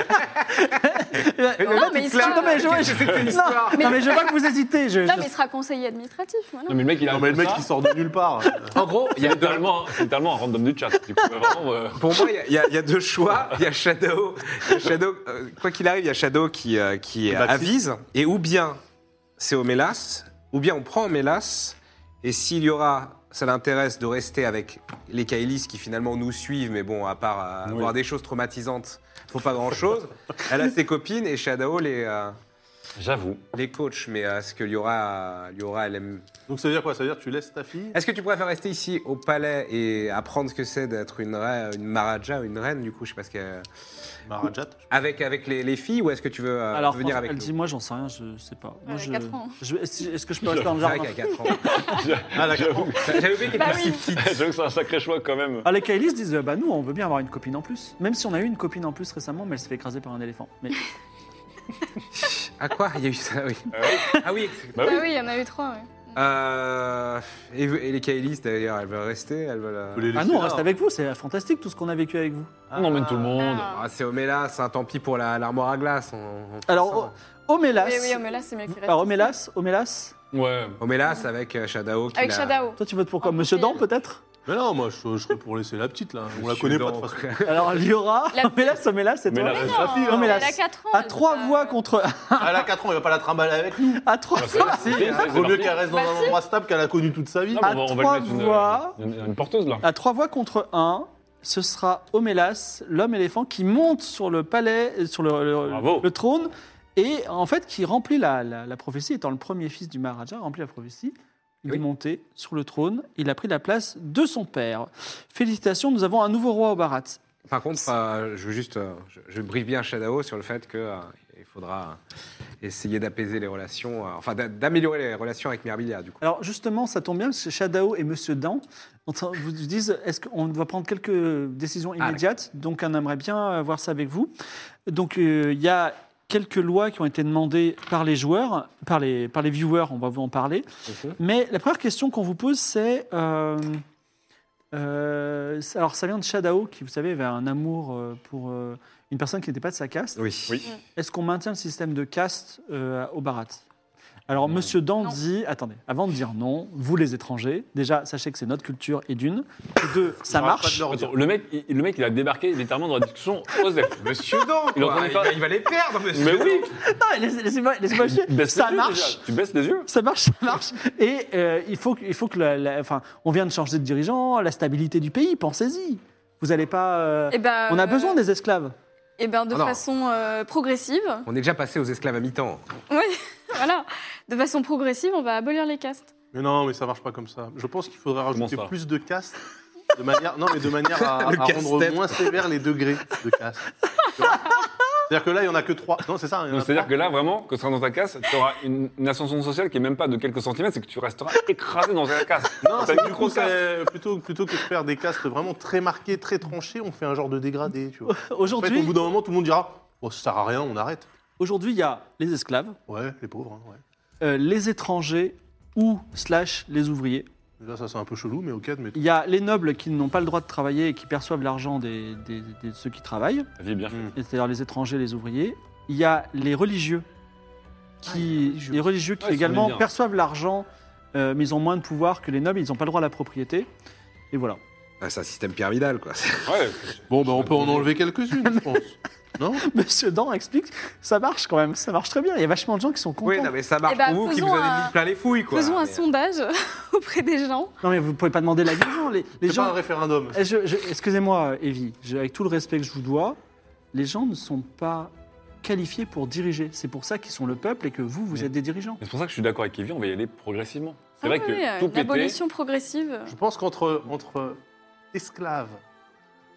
A: Euh,
C: Non, mais il sera-
A: Non, mais je-
D: Qu'est-ce que c'était l'histoire
A: non, mais je vois que vous hésitez. je-
C: Non,
A: je-
C: mais il sera conseiller administratif, voilà.
B: Non, mais le mec, il a.
E: non mais le mec
B: ça.
E: qui sort de nulle part. Euh,
B: En gros, il y a littéralement, c'est littéralement un random du chat. Du coup, vraiment, euh,
D: Pour moi, il y a- il y, a- il y a deux choix. Il y a Shadow. il y a Shadow euh, quoi qu'il arrive, il y a Shadow qui, euh, qui euh,
E: Maxi.
D: avise. Et ou bien c'est au Mélas, ou bien on prend Mélas. Et s'il y aura, ça l'intéresse de rester avec les Kaelis qui finalement nous suivent, mais bon, à part euh,
B: Oui.
D: voir des choses traumatisantes, faut pas grand chose. Elle a ses copines et Shadow les, euh,
B: J'avoue.
D: les coach. Mais euh, est-ce que Liora, Liora elle aime.
E: Donc ça veut dire quoi Ça veut dire que tu laisses ta fille
D: Est-ce que tu préfères rester ici au palais et apprendre ce que c'est d'être une, reine- une Maharaja, une reine du coup Je sais pas ce qu'elle.
E: Marajat
D: Avec, avec les, les filles ou est-ce que tu veux euh,
A: Alors,
D: venir
A: franchement,
D: avec
A: elle
D: nous
A: dit, moi, j'en sais rien, je sais pas. Moi,
C: Ouais,
A: je-
C: quatre ans.
A: je- Est-ce est-ce que je peux rester dans le
D: C'est
A: jardin
D: vrai qu'elle a 4 ans.
E: Ah d'accord.
D: J'avais oublié qu'elle
C: Bah
D: était si
C: oui.
D: petite.
B: J'avoue que c'est un sacré choix quand même.
A: Ah, les Kailis disent, euh, bah nous, on veut bien avoir une copine en plus. Même si on a eu une copine en plus récemment, mais elle s'est fait écraser par un éléphant. Mais
D: Ah quoi Il y a eu ça, oui.
B: Ah oui.
D: Ah oui.
B: Bah
C: Ah
B: oui.
C: oui, il y en a eu trois, ouais.
D: Euh, et, et les Kaelis d'ailleurs, elles veulent rester Elles veulent. euh,
A: ah non, on reste avec vous, c'est fantastique tout ce qu'on a vécu avec vous.
B: On emmène tout le monde.
D: Ah, c'est Oméla, c'est un tant pis pour la- l'armoire à glace. on- on-
A: Alors, oh. O- Omélas.
C: Mais oui, mais là, c'est mieux qu'il reste.
A: Alors, Omélas, Omélas,
B: Ouais.
D: Oméla, c'est avec euh, Shadao. qui
C: Avec
D: l'a-
C: Shadao.
A: toi tu votes pour quoi
C: Ah,
A: Monsieur
C: monsieur.
A: Dan peut-être
E: Mais non, moi je, je serais pour laisser la petite là. On la
D: Monsieur
E: connaît pas de
D: Dan.
E: toute façon.
A: Alors, Liora,
C: La-
A: Omélas, Omélas, c'est toi.
B: Omélas, Mais
C: Non, euh,
B: reste
C: elle
A: Omélas.
C: a 4 ans.
A: À
C: elle
A: trois
C: peut
A: voix
C: pas-
A: contre.
E: Elle a 4 ans, il va pas la trimballer avec nous.
A: À trois
B: Bah, c'est-
A: voix.
B: c'est- c'est- c'est
E: Vaut mieux
B: parti.
E: qu'elle reste dans
C: Bah,
E: un endroit stable qu'elle a connu toute sa vie.
B: Non, mais
A: À
B: on va- on va
A: trois
B: lui mettre une,
A: voix.
B: euh, une- une porteuse là.
A: À trois voix contre un, ce sera Omélas, l'homme éléphant, qui monte sur le palais, euh, sur le, le-
B: Bravo.
A: le trône, et en fait qui remplit la, la, la prophétie, étant le premier fils du Maharaja, remplit la prophétie. Il
D: Oui.
A: est monté sur le trône, il a pris la place de son père. Félicitations, nous avons un nouveau roi au Barat.
D: Par contre, euh, je veux juste, euh, je, je briefe bien Shadao sur le fait que euh, il faudra essayer d'apaiser les relations, euh, enfin d'a- d'améliorer les relations avec Mirabilia du coup.
A: Alors justement, ça tombe bien parce que Shadao et Monsieur Dan ont- vous disent est-ce qu'on doit prendre quelques décisions immédiates Donc on aimerait bien euh, voir ça avec vous. Donc euh, il y a quelques lois qui ont été demandées par les joueurs, par les, par les viewers, on va vous en parler. Mais la première question qu'on vous pose, c'est... euh, euh, c'est- alors ça vient de Shadao qui, vous savez, avait un amour euh, pour euh, une personne qui n'était pas de sa caste.
D: Oui.
B: Oui.
A: Est-ce qu'on maintient le système de caste euh, au Barat Alors,
B: Non.
A: Monsieur Dan
C: Non.
A: dit, attendez, avant de dire non, vous les étrangers, déjà, sachez que c'est notre culture et d'une. Et deux, ça
E: J'arrête
A: marche.
E: pas de leur dire.
B: Attends, le, mec, il, le mec, il a débarqué littéralement dans la discussion. Osef.
D: Monsieur Dan,
B: Il
D: quoi.
B: entendait
D: il,
B: pas-
D: va, il va les perdre, monsieur.
B: Mais oui,
A: Non, mais laissez- laissez-moi laissez-moi chier.
E: Ben,
B: baisse
A: Ça
B: les yeux,
A: marche.
B: déjà. Tu baisses les yeux
A: Ça marche, ça marche. Et euh, il faut, que- il faut que. la- la- enfin, on vient de changer de dirigeant, la stabilité du pays, pensez-y. Vous n'allez pas. euh,
C: Eh ben,
A: on a
C: euh,
A: besoin des esclaves.
C: Eh ben, de
D: Ah non.
C: façon euh, progressive.
D: On est déjà passé aux esclaves à mi-temps.
C: Oui, voilà. De façon progressive, on va abolir les castes.
E: Mais non, mais ça marche pas comme ça. Je pense qu'il faudrait rajouter
B: ça
E: plus de castes. De manière, non, mais de manière à,
D: Le
E: à rendre
D: casse-tête.
E: moins sévères les degrés de castes. Tu vois C'est-à-dire que là, il y en a que 3. Non, c'est ça. il y en a
B: Donc, C'est-à-dire que
E: trois.
B: là, vraiment, quand tu seras dans ta casse, tu auras une, une ascension sociale qui est même pas de quelques centimètres, c'est que tu resteras écrasé dans ta casse.
E: Non,
B: Dans
E: c'est
B: ta
E: que du coup,
B: micro-casse.
E: c'est- plutôt, plutôt que de faire des castes vraiment très marquées, très tranchées, on fait un genre de dégradé. Tu vois. En fait,
A: Aujourd'hui,
E: au bout d'un moment, tout le monde dira oh, Ça sert à rien, on arrête.
A: aujourd'hui, il y a les esclaves,
E: Ouais, les pauvres. hein, ouais.
A: euh, les étrangers ou slash les ouvriers.
E: Mais Là, ça, c'est un peu chelou, mais ok, mais
A: Il y a les nobles qui n'ont pas le droit de travailler et qui perçoivent l'argent des, des- des- de ceux qui travaillent,
B: La vie est bien faite.
A: et c'est-à-dire les étrangers, les ouvriers. Il y a les religieux qui, les religieux. qui
B: Ah, ils sont
A: également
B: bien.
A: perçoivent l'argent, euh, mais ils ont moins de pouvoir que les nobles, ils n'ont pas le droit à la propriété. Et voilà.
D: Enfin, Ah, c'est un système pyramidal, quoi.
B: Ouais,
E: Bon, ben on peut en enlever quelques-unes, je pense. Non
A: Monsieur Dan explique, ça marche quand même, ça marche très bien. Il y a vachiment de gens qui sont contents.
D: Oui, non, mais ça marche
C: Eh ben,
D: pour vous qui vous
C: faisons
D: avez
C: un-
D: mis plein les fouilles, quoi.
C: Faisons un
D: Mais- euh,
C: sondage auprès des gens.
A: Non, mais vous pouvez pas demander l'avis des gens. Les, les
E: C'est pas un
A: gens.
E: référendum.
A: Eh, je- je- Excusez-moi, Evie, je- avec tout le respect que je vous dois, les gens ne sont pas qualifiés pour diriger. C'est pour ça qu'ils sont le peuple et que vous, vous êtes des dirigeants.
B: Mais c'est pour ça que je suis d'accord avec Evie, on va y aller progressivement. C'est
C: Ah
B: vrai
C: oui,
B: que
C: euh,
B: tout
C: une
B: péter,
C: abolition progressive.
E: Je pense qu'entre entre esclaves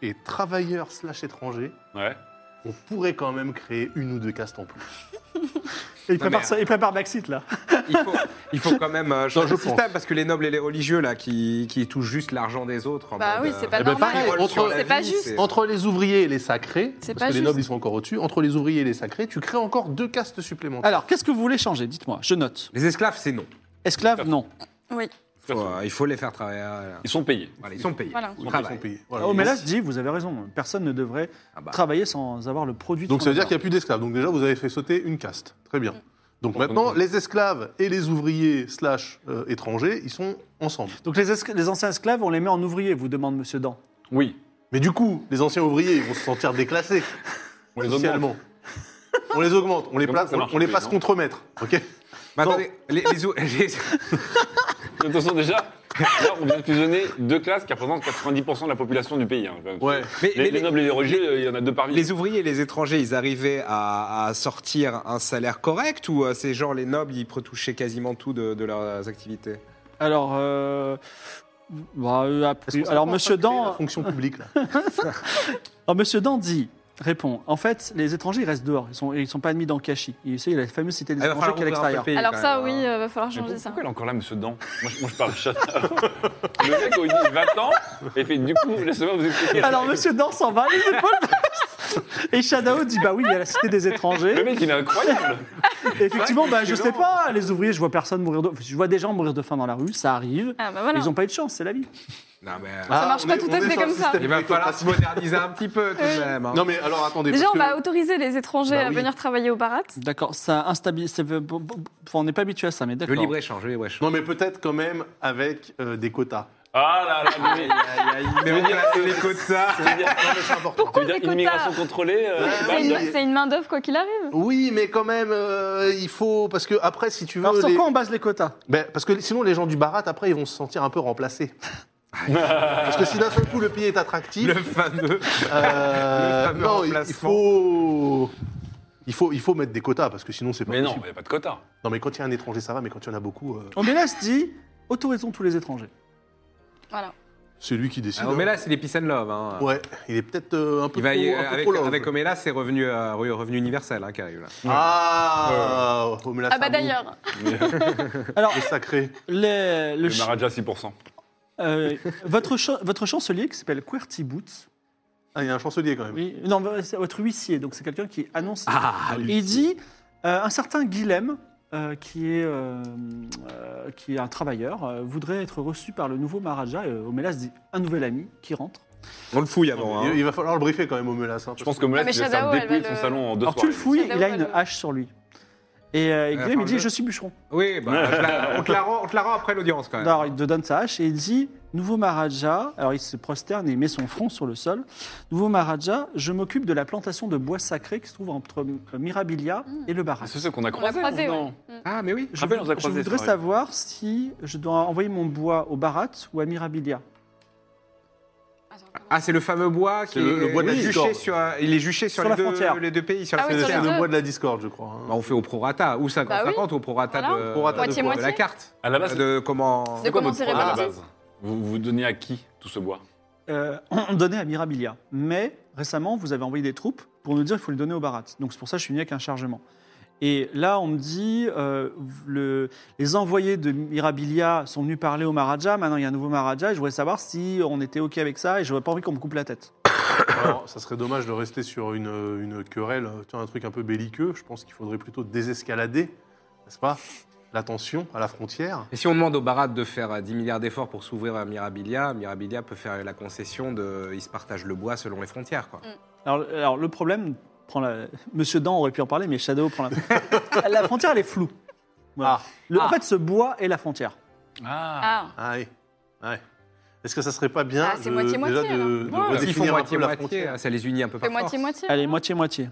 E: et travailleurs slash étrangers,
B: ouais.
E: on pourrait quand même créer une ou deux castes en plus.
A: Et ils,
D: mais-
A: préparent, ça- ils préparent Brexit, là.
D: il faut, il faut quand même euh, changer
E: je
D: le système parce que les nobles et les religieux là qui, qui touchent juste l'argent des autres. en
C: Bah
D: mode,
C: oui, c'est
D: euh,
C: pas
E: eh ben,
C: normal.
E: pareil,
D: ils volent
E: entre-
D: sur la
C: c'est
D: vie,
C: pas juste.
D: c'est-
E: Entre les ouvriers et les sacrés,
C: C'est
E: parce
C: pas
E: que les
C: juste.
E: nobles ils sont encore au-dessus, entre les ouvriers et les sacrés, tu crées encore deux castes supplémentaires.
A: Alors, qu'est-ce que vous voulez changer Dites-moi, je note.
D: Les esclaves, c'est non.
A: Esclaves, non.
E: Ah,
C: Oui,
D: Faut, euh, il faut les faire travailler. euh,
B: Ils sont payés.
D: voilà, ils sont payés.
C: Voilà.
D: Ils
E: Ils sont
D: travaillent.
E: payés. Voilà.
A: Oh, mais là, je dis, vous avez raison, personne ne devrait
D: Ah bah.
A: travailler sans avoir le produit. de
E: Donc
A: son
E: ça veut dire
A: labeur.
E: qu'il n'y a plus d'esclaves. Donc déjà, vous avez fait sauter une caste. Très bien. Donc maintenant, les esclaves et les ouvriers slash euh, étrangers, ils sont ensemble.
A: Donc les, escl- les anciens esclaves, on les met en ouvriers, vous demande Monsieur Dan.
B: Oui.
E: Mais du coup, les anciens ouvriers, ils vont se sentir déclassés.
B: On les
E: socialement. On les augmente, on les,
B: Comme
E: place,
B: ça, ça
E: on,
B: marche
E: on les
B: plus,
E: passe
B: non
E: contre maître. Ok
D: Mais attendez, les, les ou- les-
B: Attention déjà, là, on vient de fusionner deux classes qui représentent 90% de la population du pays. hein.
E: Ouais.
D: mais-
B: Les,
D: mais
B: les
D: les-
B: nobles et les religieux, il y en a deux parmi.
D: les ouvriers et les étrangers, ils arrivaient à, à sortir un salaire correct ou euh, c'est genre les nobles, ils retouchaient quasiment tout de, de leurs activités
A: Alors, euh, bah, euh, a-
E: Est-ce qu'on s'est
A: alors
E: pas
A: Monsieur
E: en train de créer
A: Dan,
E: la fonction publique, là.
A: alors, Monsieur Dan dit, répond. En fait, les étrangers ils restent dehors, ils sont ils sont pas admis dans Kashi. Il y a la fameuse cité des
D: Ah, il va
A: étrangers
D: falloir
A: qui est à
D: ouvrir un peu le
A: l'extérieur.
D: pays,
C: alors
D: quand
C: ça,
D: même,
C: oui,
D: hein.
C: euh, va falloir
B: Mais
C: changer ça.
B: Pourquoi il est encore là, monsieur Dan moi, je- moi, je parle chat. Le mec, on lui dit 20 ans, et fait du coup, laissez-moi vous expliquer.
A: Alors Monsieur Dan s'en va, les épaules basses. Et Shadow dit bah oui, il y a la cité des
B: Le
A: étrangers.
B: mec, il est incroyable.
A: Et effectivement,
B: Ouais,
A: bah je
B: c'est
A: sais
B: long.
A: pas, les ouvriers, je vois personne mourir de, je vois des gens mourir de faim dans la rue, ça arrive.
C: Ah bah voilà.
A: Ils ont pas eu de chance, c'est la vie.
D: Non, mais, euh,
C: marche
E: on
C: pas
E: est-
C: tout
E: Ah, on
C: à
E: est
C: fait
E: sur un
C: comme ça.
E: système
D: il va falloir se
E: méritocratique.
D: moderniser un petit peu tout de même. hein.
E: Non mais alors attendez.
C: Déjà,
E: parce
C: on
E: que-
C: va autoriser les étrangers
E: Bah
C: à
E: oui.
C: venir travailler au barat.
A: D'accord, ça instabilise. on n'est pas habitué à ça, mais
D: Le
A: d'accord.
D: libre-échange, le libre-échange.
E: Non mais peut-être quand même avec euh, des quotas.
B: Ah là là, mais-
D: Mais on place les quotas.
B: ça veut dire- ça
C: Pourquoi
B: veut dire
C: des quotas
B: immigration contrôlée euh, je sais pas,
C: C'est
B: je-
C: une, c'est une main-d'œuvre, quoi qu'il arrive.
E: Oui, mais quand même, euh, il faut parce que après, si tu veux,
A: Alors sur
E: les-
A: quoi on base les quotas
E: Ben, parce que sinon les gens du barat après, ils vont se sentir un peu remplacés. parce que si d'un seul coup le pays est attractif,
D: Le fameux.
E: euh,
D: le fameux
E: non, il- il
D: remplacement.
E: faut. Il faut, il faut mettre des quotas parce que sinon c'est pas
B: Mais non, il
E: possible.
B: n'y a pas de quota.
E: Non mais quand il y a un étranger ça va, mais quand il y en a beaucoup, euh,
A: Omelas dit autorisons tous les étrangers.
C: Voilà.
E: c'est lui qui décide.
D: Ah, Omela, c'est les peace and love. hein.
E: Ouais, il est peut-être euh, un peu
D: Il va y-
E: trop, un peu
D: avec,
E: trop love.
D: avec Omela, c'est revenu, euh, re- revenu universel hein, qui arrive là.
E: Ah, Omela
C: Ah bah
E: Sarmou,
C: d'ailleurs,
A: Alors,
E: le sacré.
A: les- le
B: Le
A: ch-
B: Maharaja, 6%.
A: euh, votre, cha- votre chancelier qui s'appelle Querty Boots,
E: Ah, il y a un chancelier quand même.
A: oui, non, c'est votre huissier, donc c'est quelqu'un qui annonce.
D: Ah,
A: il dit euh, un certain Guilhem, euh, qui, est, euh, euh, qui est un travailleur, euh, voudrait être reçu par le nouveau Maharaja. Et Omelas dit un nouvel ami qui rentre.
D: On le fouille avant.
E: Il,
D: hein.
E: il va falloir le briefer quand même Omelas. hein,
B: Je
E: parce
B: pense que Moulin,
C: Ah, mais
B: il va
C: Shadow,
B: faire
C: elle
B: dépouiller
C: va
B: son
C: le-
B: salon en deux
A: Alors tu le
B: soirées.
A: fouilles,
C: C'est là
A: il a
C: où
A: une
C: elle-
A: hache sur lui. Et euh,
D: Ah,
A: Guilhem, il dit
D: parle-le.
A: Je suis bûcheron.
D: Oui, bah, on, te la, on te la rend, on te la rend après l'audience quand même.
A: Non, Bah, Alors, il te donne sa hache et il dit Nouveau Maharaja, alors il se prosterne et met son front sur le sol. Nouveau Maharaja, je m'occupe de la plantation de bois sacré qui se trouve entre euh, Mirabilia et le Barat.
B: C'est ce qu'on a
C: on l'a
B: croisé.
C: croisé.
B: non
C: ouais.
D: Ah, mais oui.
A: Je,
B: rappelle, on s'est
A: je
B: croisés,
A: voudrais
B: c'est vrai.
A: savoir si je dois envoyer mon bois au Barat ou à Mirabilia.
D: Ah, c'est le fameux bois qui
E: C'est le- le bois de la
D: est juché
E: discorde.
D: sur, euh, il est juché sur,
A: Sur
D: les,
A: la
D: deux,
A: frontière.
D: les deux pays, sur
C: Ah
D: la
C: oui,
E: que
C: sur
D: frontière.
E: c'est
C: les
E: le
C: deux.
E: bois de la discorde, je crois. hein.
D: Bah, on fait au prorata, ou 50-50 ou au prorata,
C: Voilà.
D: de,
E: Prorata
D: de,
C: de
D: de
C: quoi
D: la carte.
B: À
A: Ah,
B: la base, c'est
D: De comment.
C: C'est
B: quoi
C: comment
B: votre
C: c'est
B: programme à la
C: réparti
B: base Vous vous donnez à qui tout ce bois
A: Euh, on donnait à Mirabilia. Mais récemment, vous avez envoyé des troupes pour nous dire qu'il faut les donner au Barat. Donc c'est pour ça que je suis venu avec un chargement. Et là, on me dit, euh, le- les envoyés de Mirabilia sont venus parler au Maharaja. Maintenant, il y a un nouveau Maharaja. Et je voulais savoir si on était OK avec ça. Et je n'aurais pas envie qu'on me coupe la tête.
E: Alors, ça serait dommage de rester sur une, euh, une querelle, tu vois, un truc un peu belliqueux. Je pense qu'il faudrait plutôt désescalader, n'est-ce pas La tension à la frontière.
D: Et si on demande au Barat de faire euh, 10 milliards d'efforts pour s'ouvrir à Mirabilia, Mirabilia peut faire la concession de. Ils se partagent le bois selon les frontières, quoi.
A: Alors, alors, le problème, prend la... Monsieur Dan aurait pu en parler, mais Shadow prend la... la frontière, elle est floue. Voilà. Le- En fait, ce bois est la frontière.
B: Ah
C: Ah,
E: Ah ouais. Ouais. Est-ce que ça serait pas bien
C: Ah, c'est
E: de-
C: moitié-moitié,
E: déjà de,
C: alors.
E: de
C: Ouais. S'ils
D: S'ils
E: redéfinir
D: font
E: un peu la
D: moitié-moitié,
E: frontière
D: ça les unit un peu
C: Fait
D: par force.
C: moitié-moitié.
A: Allez,
C: non
A: moitié-moitié.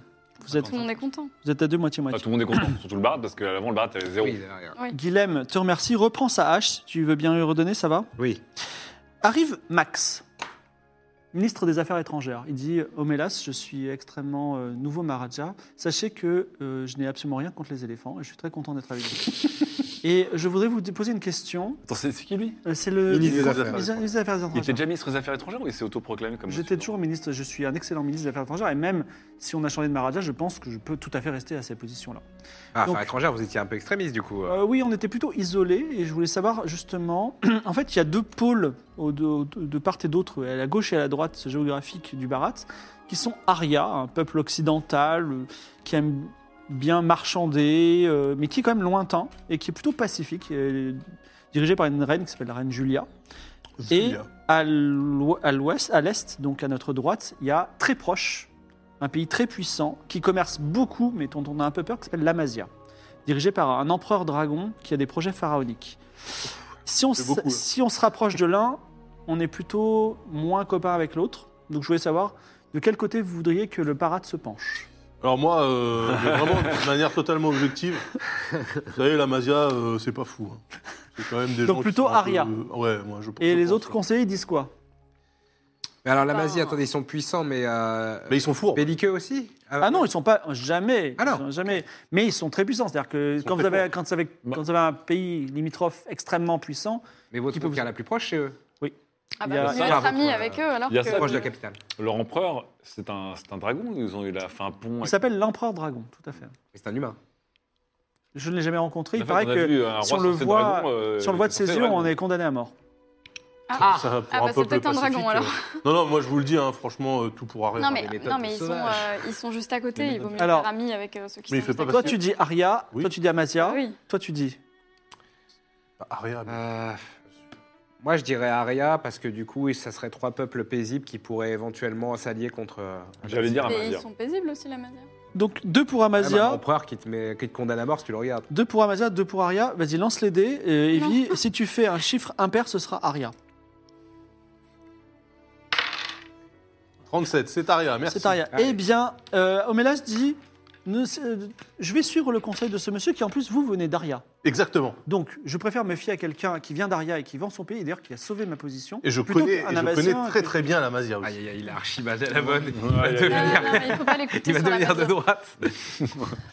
A: Vous êtes,
C: Tout le monde est content.
A: vous êtes à deux
B: Enfin,
A: moitié-moitié.
B: tout le monde est content, surtout le barde, parce qu'avant le barde, t'avais zéro.
D: Oui, derrière.
A: Guilhem, te remercie. Reprends sa hache, si tu veux bien lui redonner, ça va
D: Oui.
A: Arrive Max, ministre des Affaires étrangères. Il dit Omelas, je suis extrêmement euh, nouveau Maharaja. Sachez que euh, je n'ai absolument rien contre les éléphants et je suis très content d'être avec vous. et je voudrais vous poser une question.
B: Attends, c'est c'est qui lui
A: Euh, C'est le
E: Ministre des
A: le-
E: Affaires
A: ministre des Affaires
B: Il était
A: étrangères.
B: déjà ministre des Affaires étrangères ou il s'est autoproclamé comme
A: J'étais toujours ministre, je suis un excellent ministre des Affaires étrangères et même si on a changé de Maharaja, je pense que je peux tout à fait rester à ces positions-là.
D: Ah,
A: Donc-
D: enfin, étrangère, vous étiez un peu extrémiste du coup.
A: Euh, oui, on était plutôt isolés et je voulais savoir justement. en fait, il y a deux pôles au- de, de part et d'autre, à la gauche et à la droite géographique du Barat, qui sont Arya, un peuple occidental euh, qui aime bien marchander, euh, mais qui est quand même lointain et qui est plutôt pacifique, euh, dirigé par une reine qui s'appelle la reine Julia. Et
E: Julia.
A: à l'ou- à l'ouest, à l'est, donc à notre droite, il y a très proche un pays très puissant qui commerce beaucoup, mais dont on a un peu peur, qui s'appelle l'Amazia, dirigé par un empereur dragon qui a des projets pharaoniques. Si on,
E: C'est
A: se-
E: beaucoup, hein.
A: si on se rapproche de l'un, on est plutôt moins copains avec l'autre. Donc je voulais savoir de quel côté vous voudriez que le parade se penche.
E: Alors moi, euh, mais vraiment de manière totalement objective, vous savez, la Masia, euh, c'est pas fou. hein. C'est quand même des
A: Donc
E: gens qui
A: plutôt
E: sont un peu- euh,
A: Aria.
E: Ouais, moi je.
A: Et
E: je
A: les
E: pense,
A: autres
E: ouais.
A: conseillers, ils disent quoi
D: Mais alors, la Mazie,
C: Ah.
D: attendez, ils sont puissants, mais. euh,
E: Mais ils sont fours.
D: Belliqueux aussi
A: Ah non, ils sont pas jamais,
D: Ah non.
A: ils sont jamais. Mais ils sont très puissants. C'est-à-dire que quand vous,
E: très
A: avez, quand, vous avez, quand vous avez un pays limitrophe extrêmement puissant,
D: Mais votre
A: Qui peut vous-
D: frontière la plus proche, c'est eux.
C: Ah
A: Il y a-
C: bah, mieux
D: Ah,
C: être
D: bah,
C: amis
D: voilà.
C: avec eux alors
B: Il y a
C: que.
B: ça,
D: Proche de la capitale.
B: Leur empereur, c'est un, c'est un dragon ou ils ont, il a fait un pont
A: il
B: avec-
A: s'appelle l'empereur dragon, tout à fait.
D: Mais c'est un humain.
A: Je ne l'ai jamais rencontré. Il
B: La fois
A: paraît
B: qu'on a
A: que
B: vu un roi
A: si on le
B: censé
A: voit-
B: dragon, euh,
A: si on le voit de ses
B: censé
A: yeux,
B: dragon.
A: on est condamné à mort.
C: Ah,
E: Ça, pour
C: Ah, bah, c'est
E: peuple
C: peut-être un dragon,
E: pacifique,
C: alors.
E: euh, Non, non, moi je vous le dis, hein, franchement, euh, tout pour Aria.
C: non mais,
D: des méthodes
C: non, mais
D: de
C: ils, sont,
D: sauvages.
C: euh, ils sont juste à côté, il vaut mieux
A: Alors-
C: faire amis avec euh, ceux qui
E: Mais il
C: sont
E: fait
C: juste
E: pas
C: à
E: parce
A: Toi,
C: côté.
A: tu dis Aria,
E: Oui.
A: toi, tu dis Amasia,
C: Ah Oui,
A: toi, tu dis.
E: Bah, Aria, mais-
D: Euh, Moi, je dirais Aria, parce que du coup, ça serait trois peuples paisibles qui pourraient éventuellement s'allier contre. euh,
B: J'allais dire,
C: et ils
B: dire.
C: sont paisibles aussi la Mazia.
A: Donc, deux pour
D: Ah, bah,
A: Amasia,
D: un empereur qui te, met, qui te condamne à mort si tu le regardes.
A: deux pour Amasia, deux pour Aria. Vas-y, lance les dés. euh,
C: Non.
A: Evie, si tu fais un chiffre impair, ce sera Aria.
E: 37, c'est Aria, merci.
A: C'est Aria.
D: Allez.
A: Eh bien, euh, Omelas dit ne- euh, Je vais suivre le conseil de ce monsieur qui, en plus, vous venez d'Aria.
E: Exactement.
A: Donc, je préfère me fier à quelqu'un qui vient d'Aria et qui vend son pays, et d'ailleurs qui a sauvé ma position.
E: Et je
A: plutôt
E: connais,
A: qu'un
E: et je
A: Amazien
E: connais très
A: que-
E: très bien la Masia aussi.
D: Aïe, aïe, aïe, il a archibald à la bonne. Il
B: Aïe,
D: va
B: aïe, aïe.
C: Non,
D: devenir,
C: non, mais il faut pas l'écouter
D: il va
C: sur la
D: devenir de
C: Mazia.
D: droite.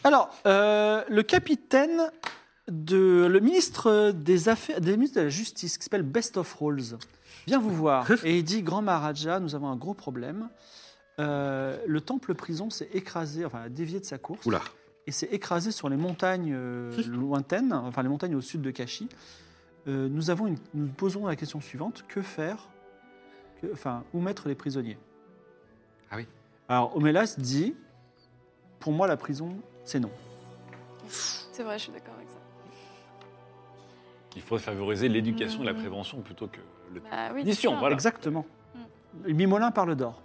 A: Alors, euh, le capitaine de le ministre des affaires des ministres de la justice qui s'appelle Best of Rolls vient vous voir et il dit grand Maharaja nous avons un gros problème Euh, le temple prison s'est écrasé enfin a dévié de sa course
D: Oula.
A: et s'est écrasé sur les montagnes euh, lointaines enfin les montagnes au sud de Kashi Euh, nous avons une- nous posons la question suivante que faire Que- enfin où mettre les prisonniers
D: Ah oui.
A: alors Omelas dit pour moi la prison c'est non
C: C'est vrai, je suis d'accord avec ça.
B: Il faudrait favoriser l'éducation et la prévention plutôt que le
C: Bah oui.
B: Mission,
C: c'est ça.
B: voilà.
A: Exactement. Mimolin parle d'or.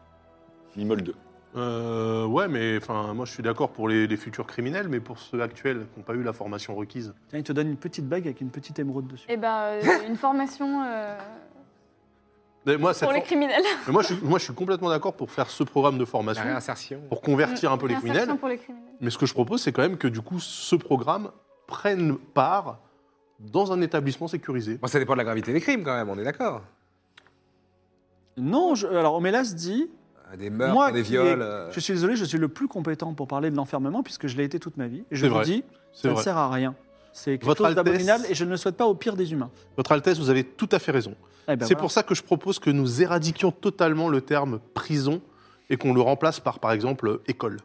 B: l'immol 2.
E: Euh, ouais, mais enfin, moi je suis d'accord pour les, les futurs criminels, mais pour ceux actuels qui n'ont pas eu la formation requise.
A: Tiens, Il te donne une petite bague avec une petite émeraude dessus.
C: Eh ben, euh, une formation euh,
E: Mais moi, cette
C: pour les
E: for-
C: criminels. Bah,
E: mais moi, je suis, moi je suis complètement d'accord pour faire ce programme de
D: La
E: formation,
D: réinsertion.
E: pour convertir un peu les
C: Insertion
E: criminels.
C: pour les criminels.
E: Mais ce que je propose, c'est quand même que du coup, ce programme prenne part dans un établissement sécurisé.
D: Bon, ça dépend de la gravité des crimes quand même, on est d'accord.
A: Non, je- alors Omelas dit
D: Des meurtres,
A: Moi
D: des
A: qui
D: viols.
A: ai-
D: euh,
A: Je suis désolé, je suis le plus compétent pour parler de l'enfermement puisque je l'ai été toute ma vie. Et je
E: C'est
A: vous
E: vrai,
A: dis, ça
E: C'est
A: ne
E: vrai.
A: sert à rien. C'est quelque
E: Votre
A: chose d'abominable
E: Altesse-
A: et je ne le souhaite pas au pire des humains.
E: Votre Altesse, vous avez tout à fait raison.
A: Eh ben
E: c'est
A: voilà.
E: pour ça que je propose que nous éradiquions totalement le terme prison et qu'on le remplace par, par exemple, euh, école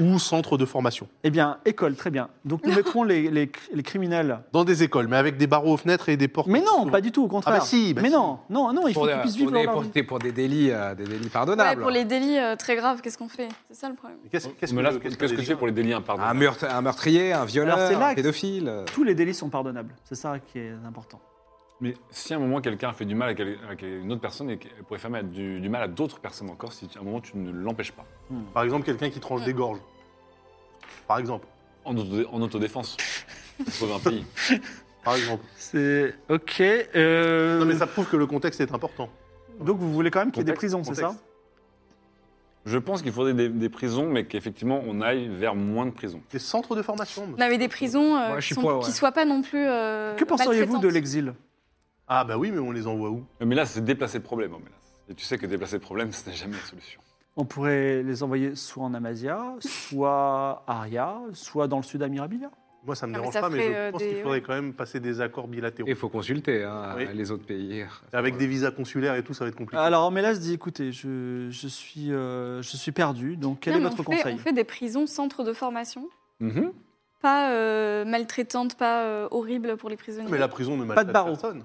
E: ou centre de formation.
A: Eh bien, école, très bien. Donc nous mettrons les, les- les criminels.
E: Dans des écoles, mais avec des barreaux aux fenêtres et des portes.
A: Mais non, pas du tout, au contraire.
E: Ah bah si, bah
A: Mais
E: si.
A: non, non, non, il faut
D: Pour,
A: qu'ils
D: euh,
A: puissent
D: pour
A: vivre
D: des,
A: leur
D: pour
A: vie.
D: des- pour des délits, euh, des délits
C: Ouais,
D: pardonnables.
C: pour les délits euh, très graves, qu'est-ce qu'on fait C'est ça le problème.
E: Qu'est-ce qu'est-ce
B: Mais là,
E: que-
B: qu'est-ce
E: qu'est-ce
B: que tu fais pour les délits impardonnables
A: Ah,
D: Un, meurtre- un meurtrier, un violeur,
A: Alors, c'est là
D: un
A: que-
D: pédophile. euh.
A: Tous les délits sont pardonnables. C'est ça qui est important.
B: Mais si à un moment quelqu'un fait du mal à, quel- à quel- une autre personne, et qu'elle pourrait faire mal- du, du mal à d'autres personnes encore si tu- à un moment tu ne l'empêches pas.
E: Par exemple, quelqu'un qui tranche des gorges. Par exemple.
B: En, auto- en autodéfense. Sauver un pays.
E: par exemple.
A: C'est. Ok. euh,
E: Non, mais ça prouve que le contexte est important.
A: Donc vous voulez quand même qu'il y ait des
B: Contexte,
A: prisons, c'est ça
B: contexte. Je pense qu'il faudrait des, des prisons, mais qu'effectivement, on aille vers moins de prisons.
E: Des centres de formation. monsieur.
C: Non, mais des prisons euh,
D: Moi, je
C: qui,
D: suis
C: sont,
D: pour, ouais.
C: qui soient pas non plus. euh,
A: Que penseriez-vous de
C: maltraitantes.
A: l'exil
E: Ah, bah oui, mais on les envoie où
B: Mais là, c'est déplacer le problème. hein, mais là. Et tu sais que déplacer le problème, ce n'est jamais la solution.
A: On pourrait les envoyer soit en Amasia, soit à Aria, soit dans le sud à Mirabilia.
E: Moi, ça me
C: Non, mais
E: dérange
C: ça
E: pas, mais
C: ferait, euh,
E: je pense
C: des-
E: qu'il faudrait quand même passer des accords bilatéraux.
D: Il faut consulter hein,
E: Oui.
D: les autres pays.
E: Avec des visas consulaires et tout, ça va être compliqué.
A: Alors Ormelas dit écoutez, je, je suis, euh, je suis perdu, donc quel
C: Non,
A: est
C: mais
A: votre
C: on fait-
A: conseil
C: On fait des prisons centres de formation,
B: Mhm.
C: pas euh, maltraitantes, pas euh, horribles pour les prisonniers.
E: Mais la prison ne
A: Pas de
E: maltraite
A: barreaux.
E: personne.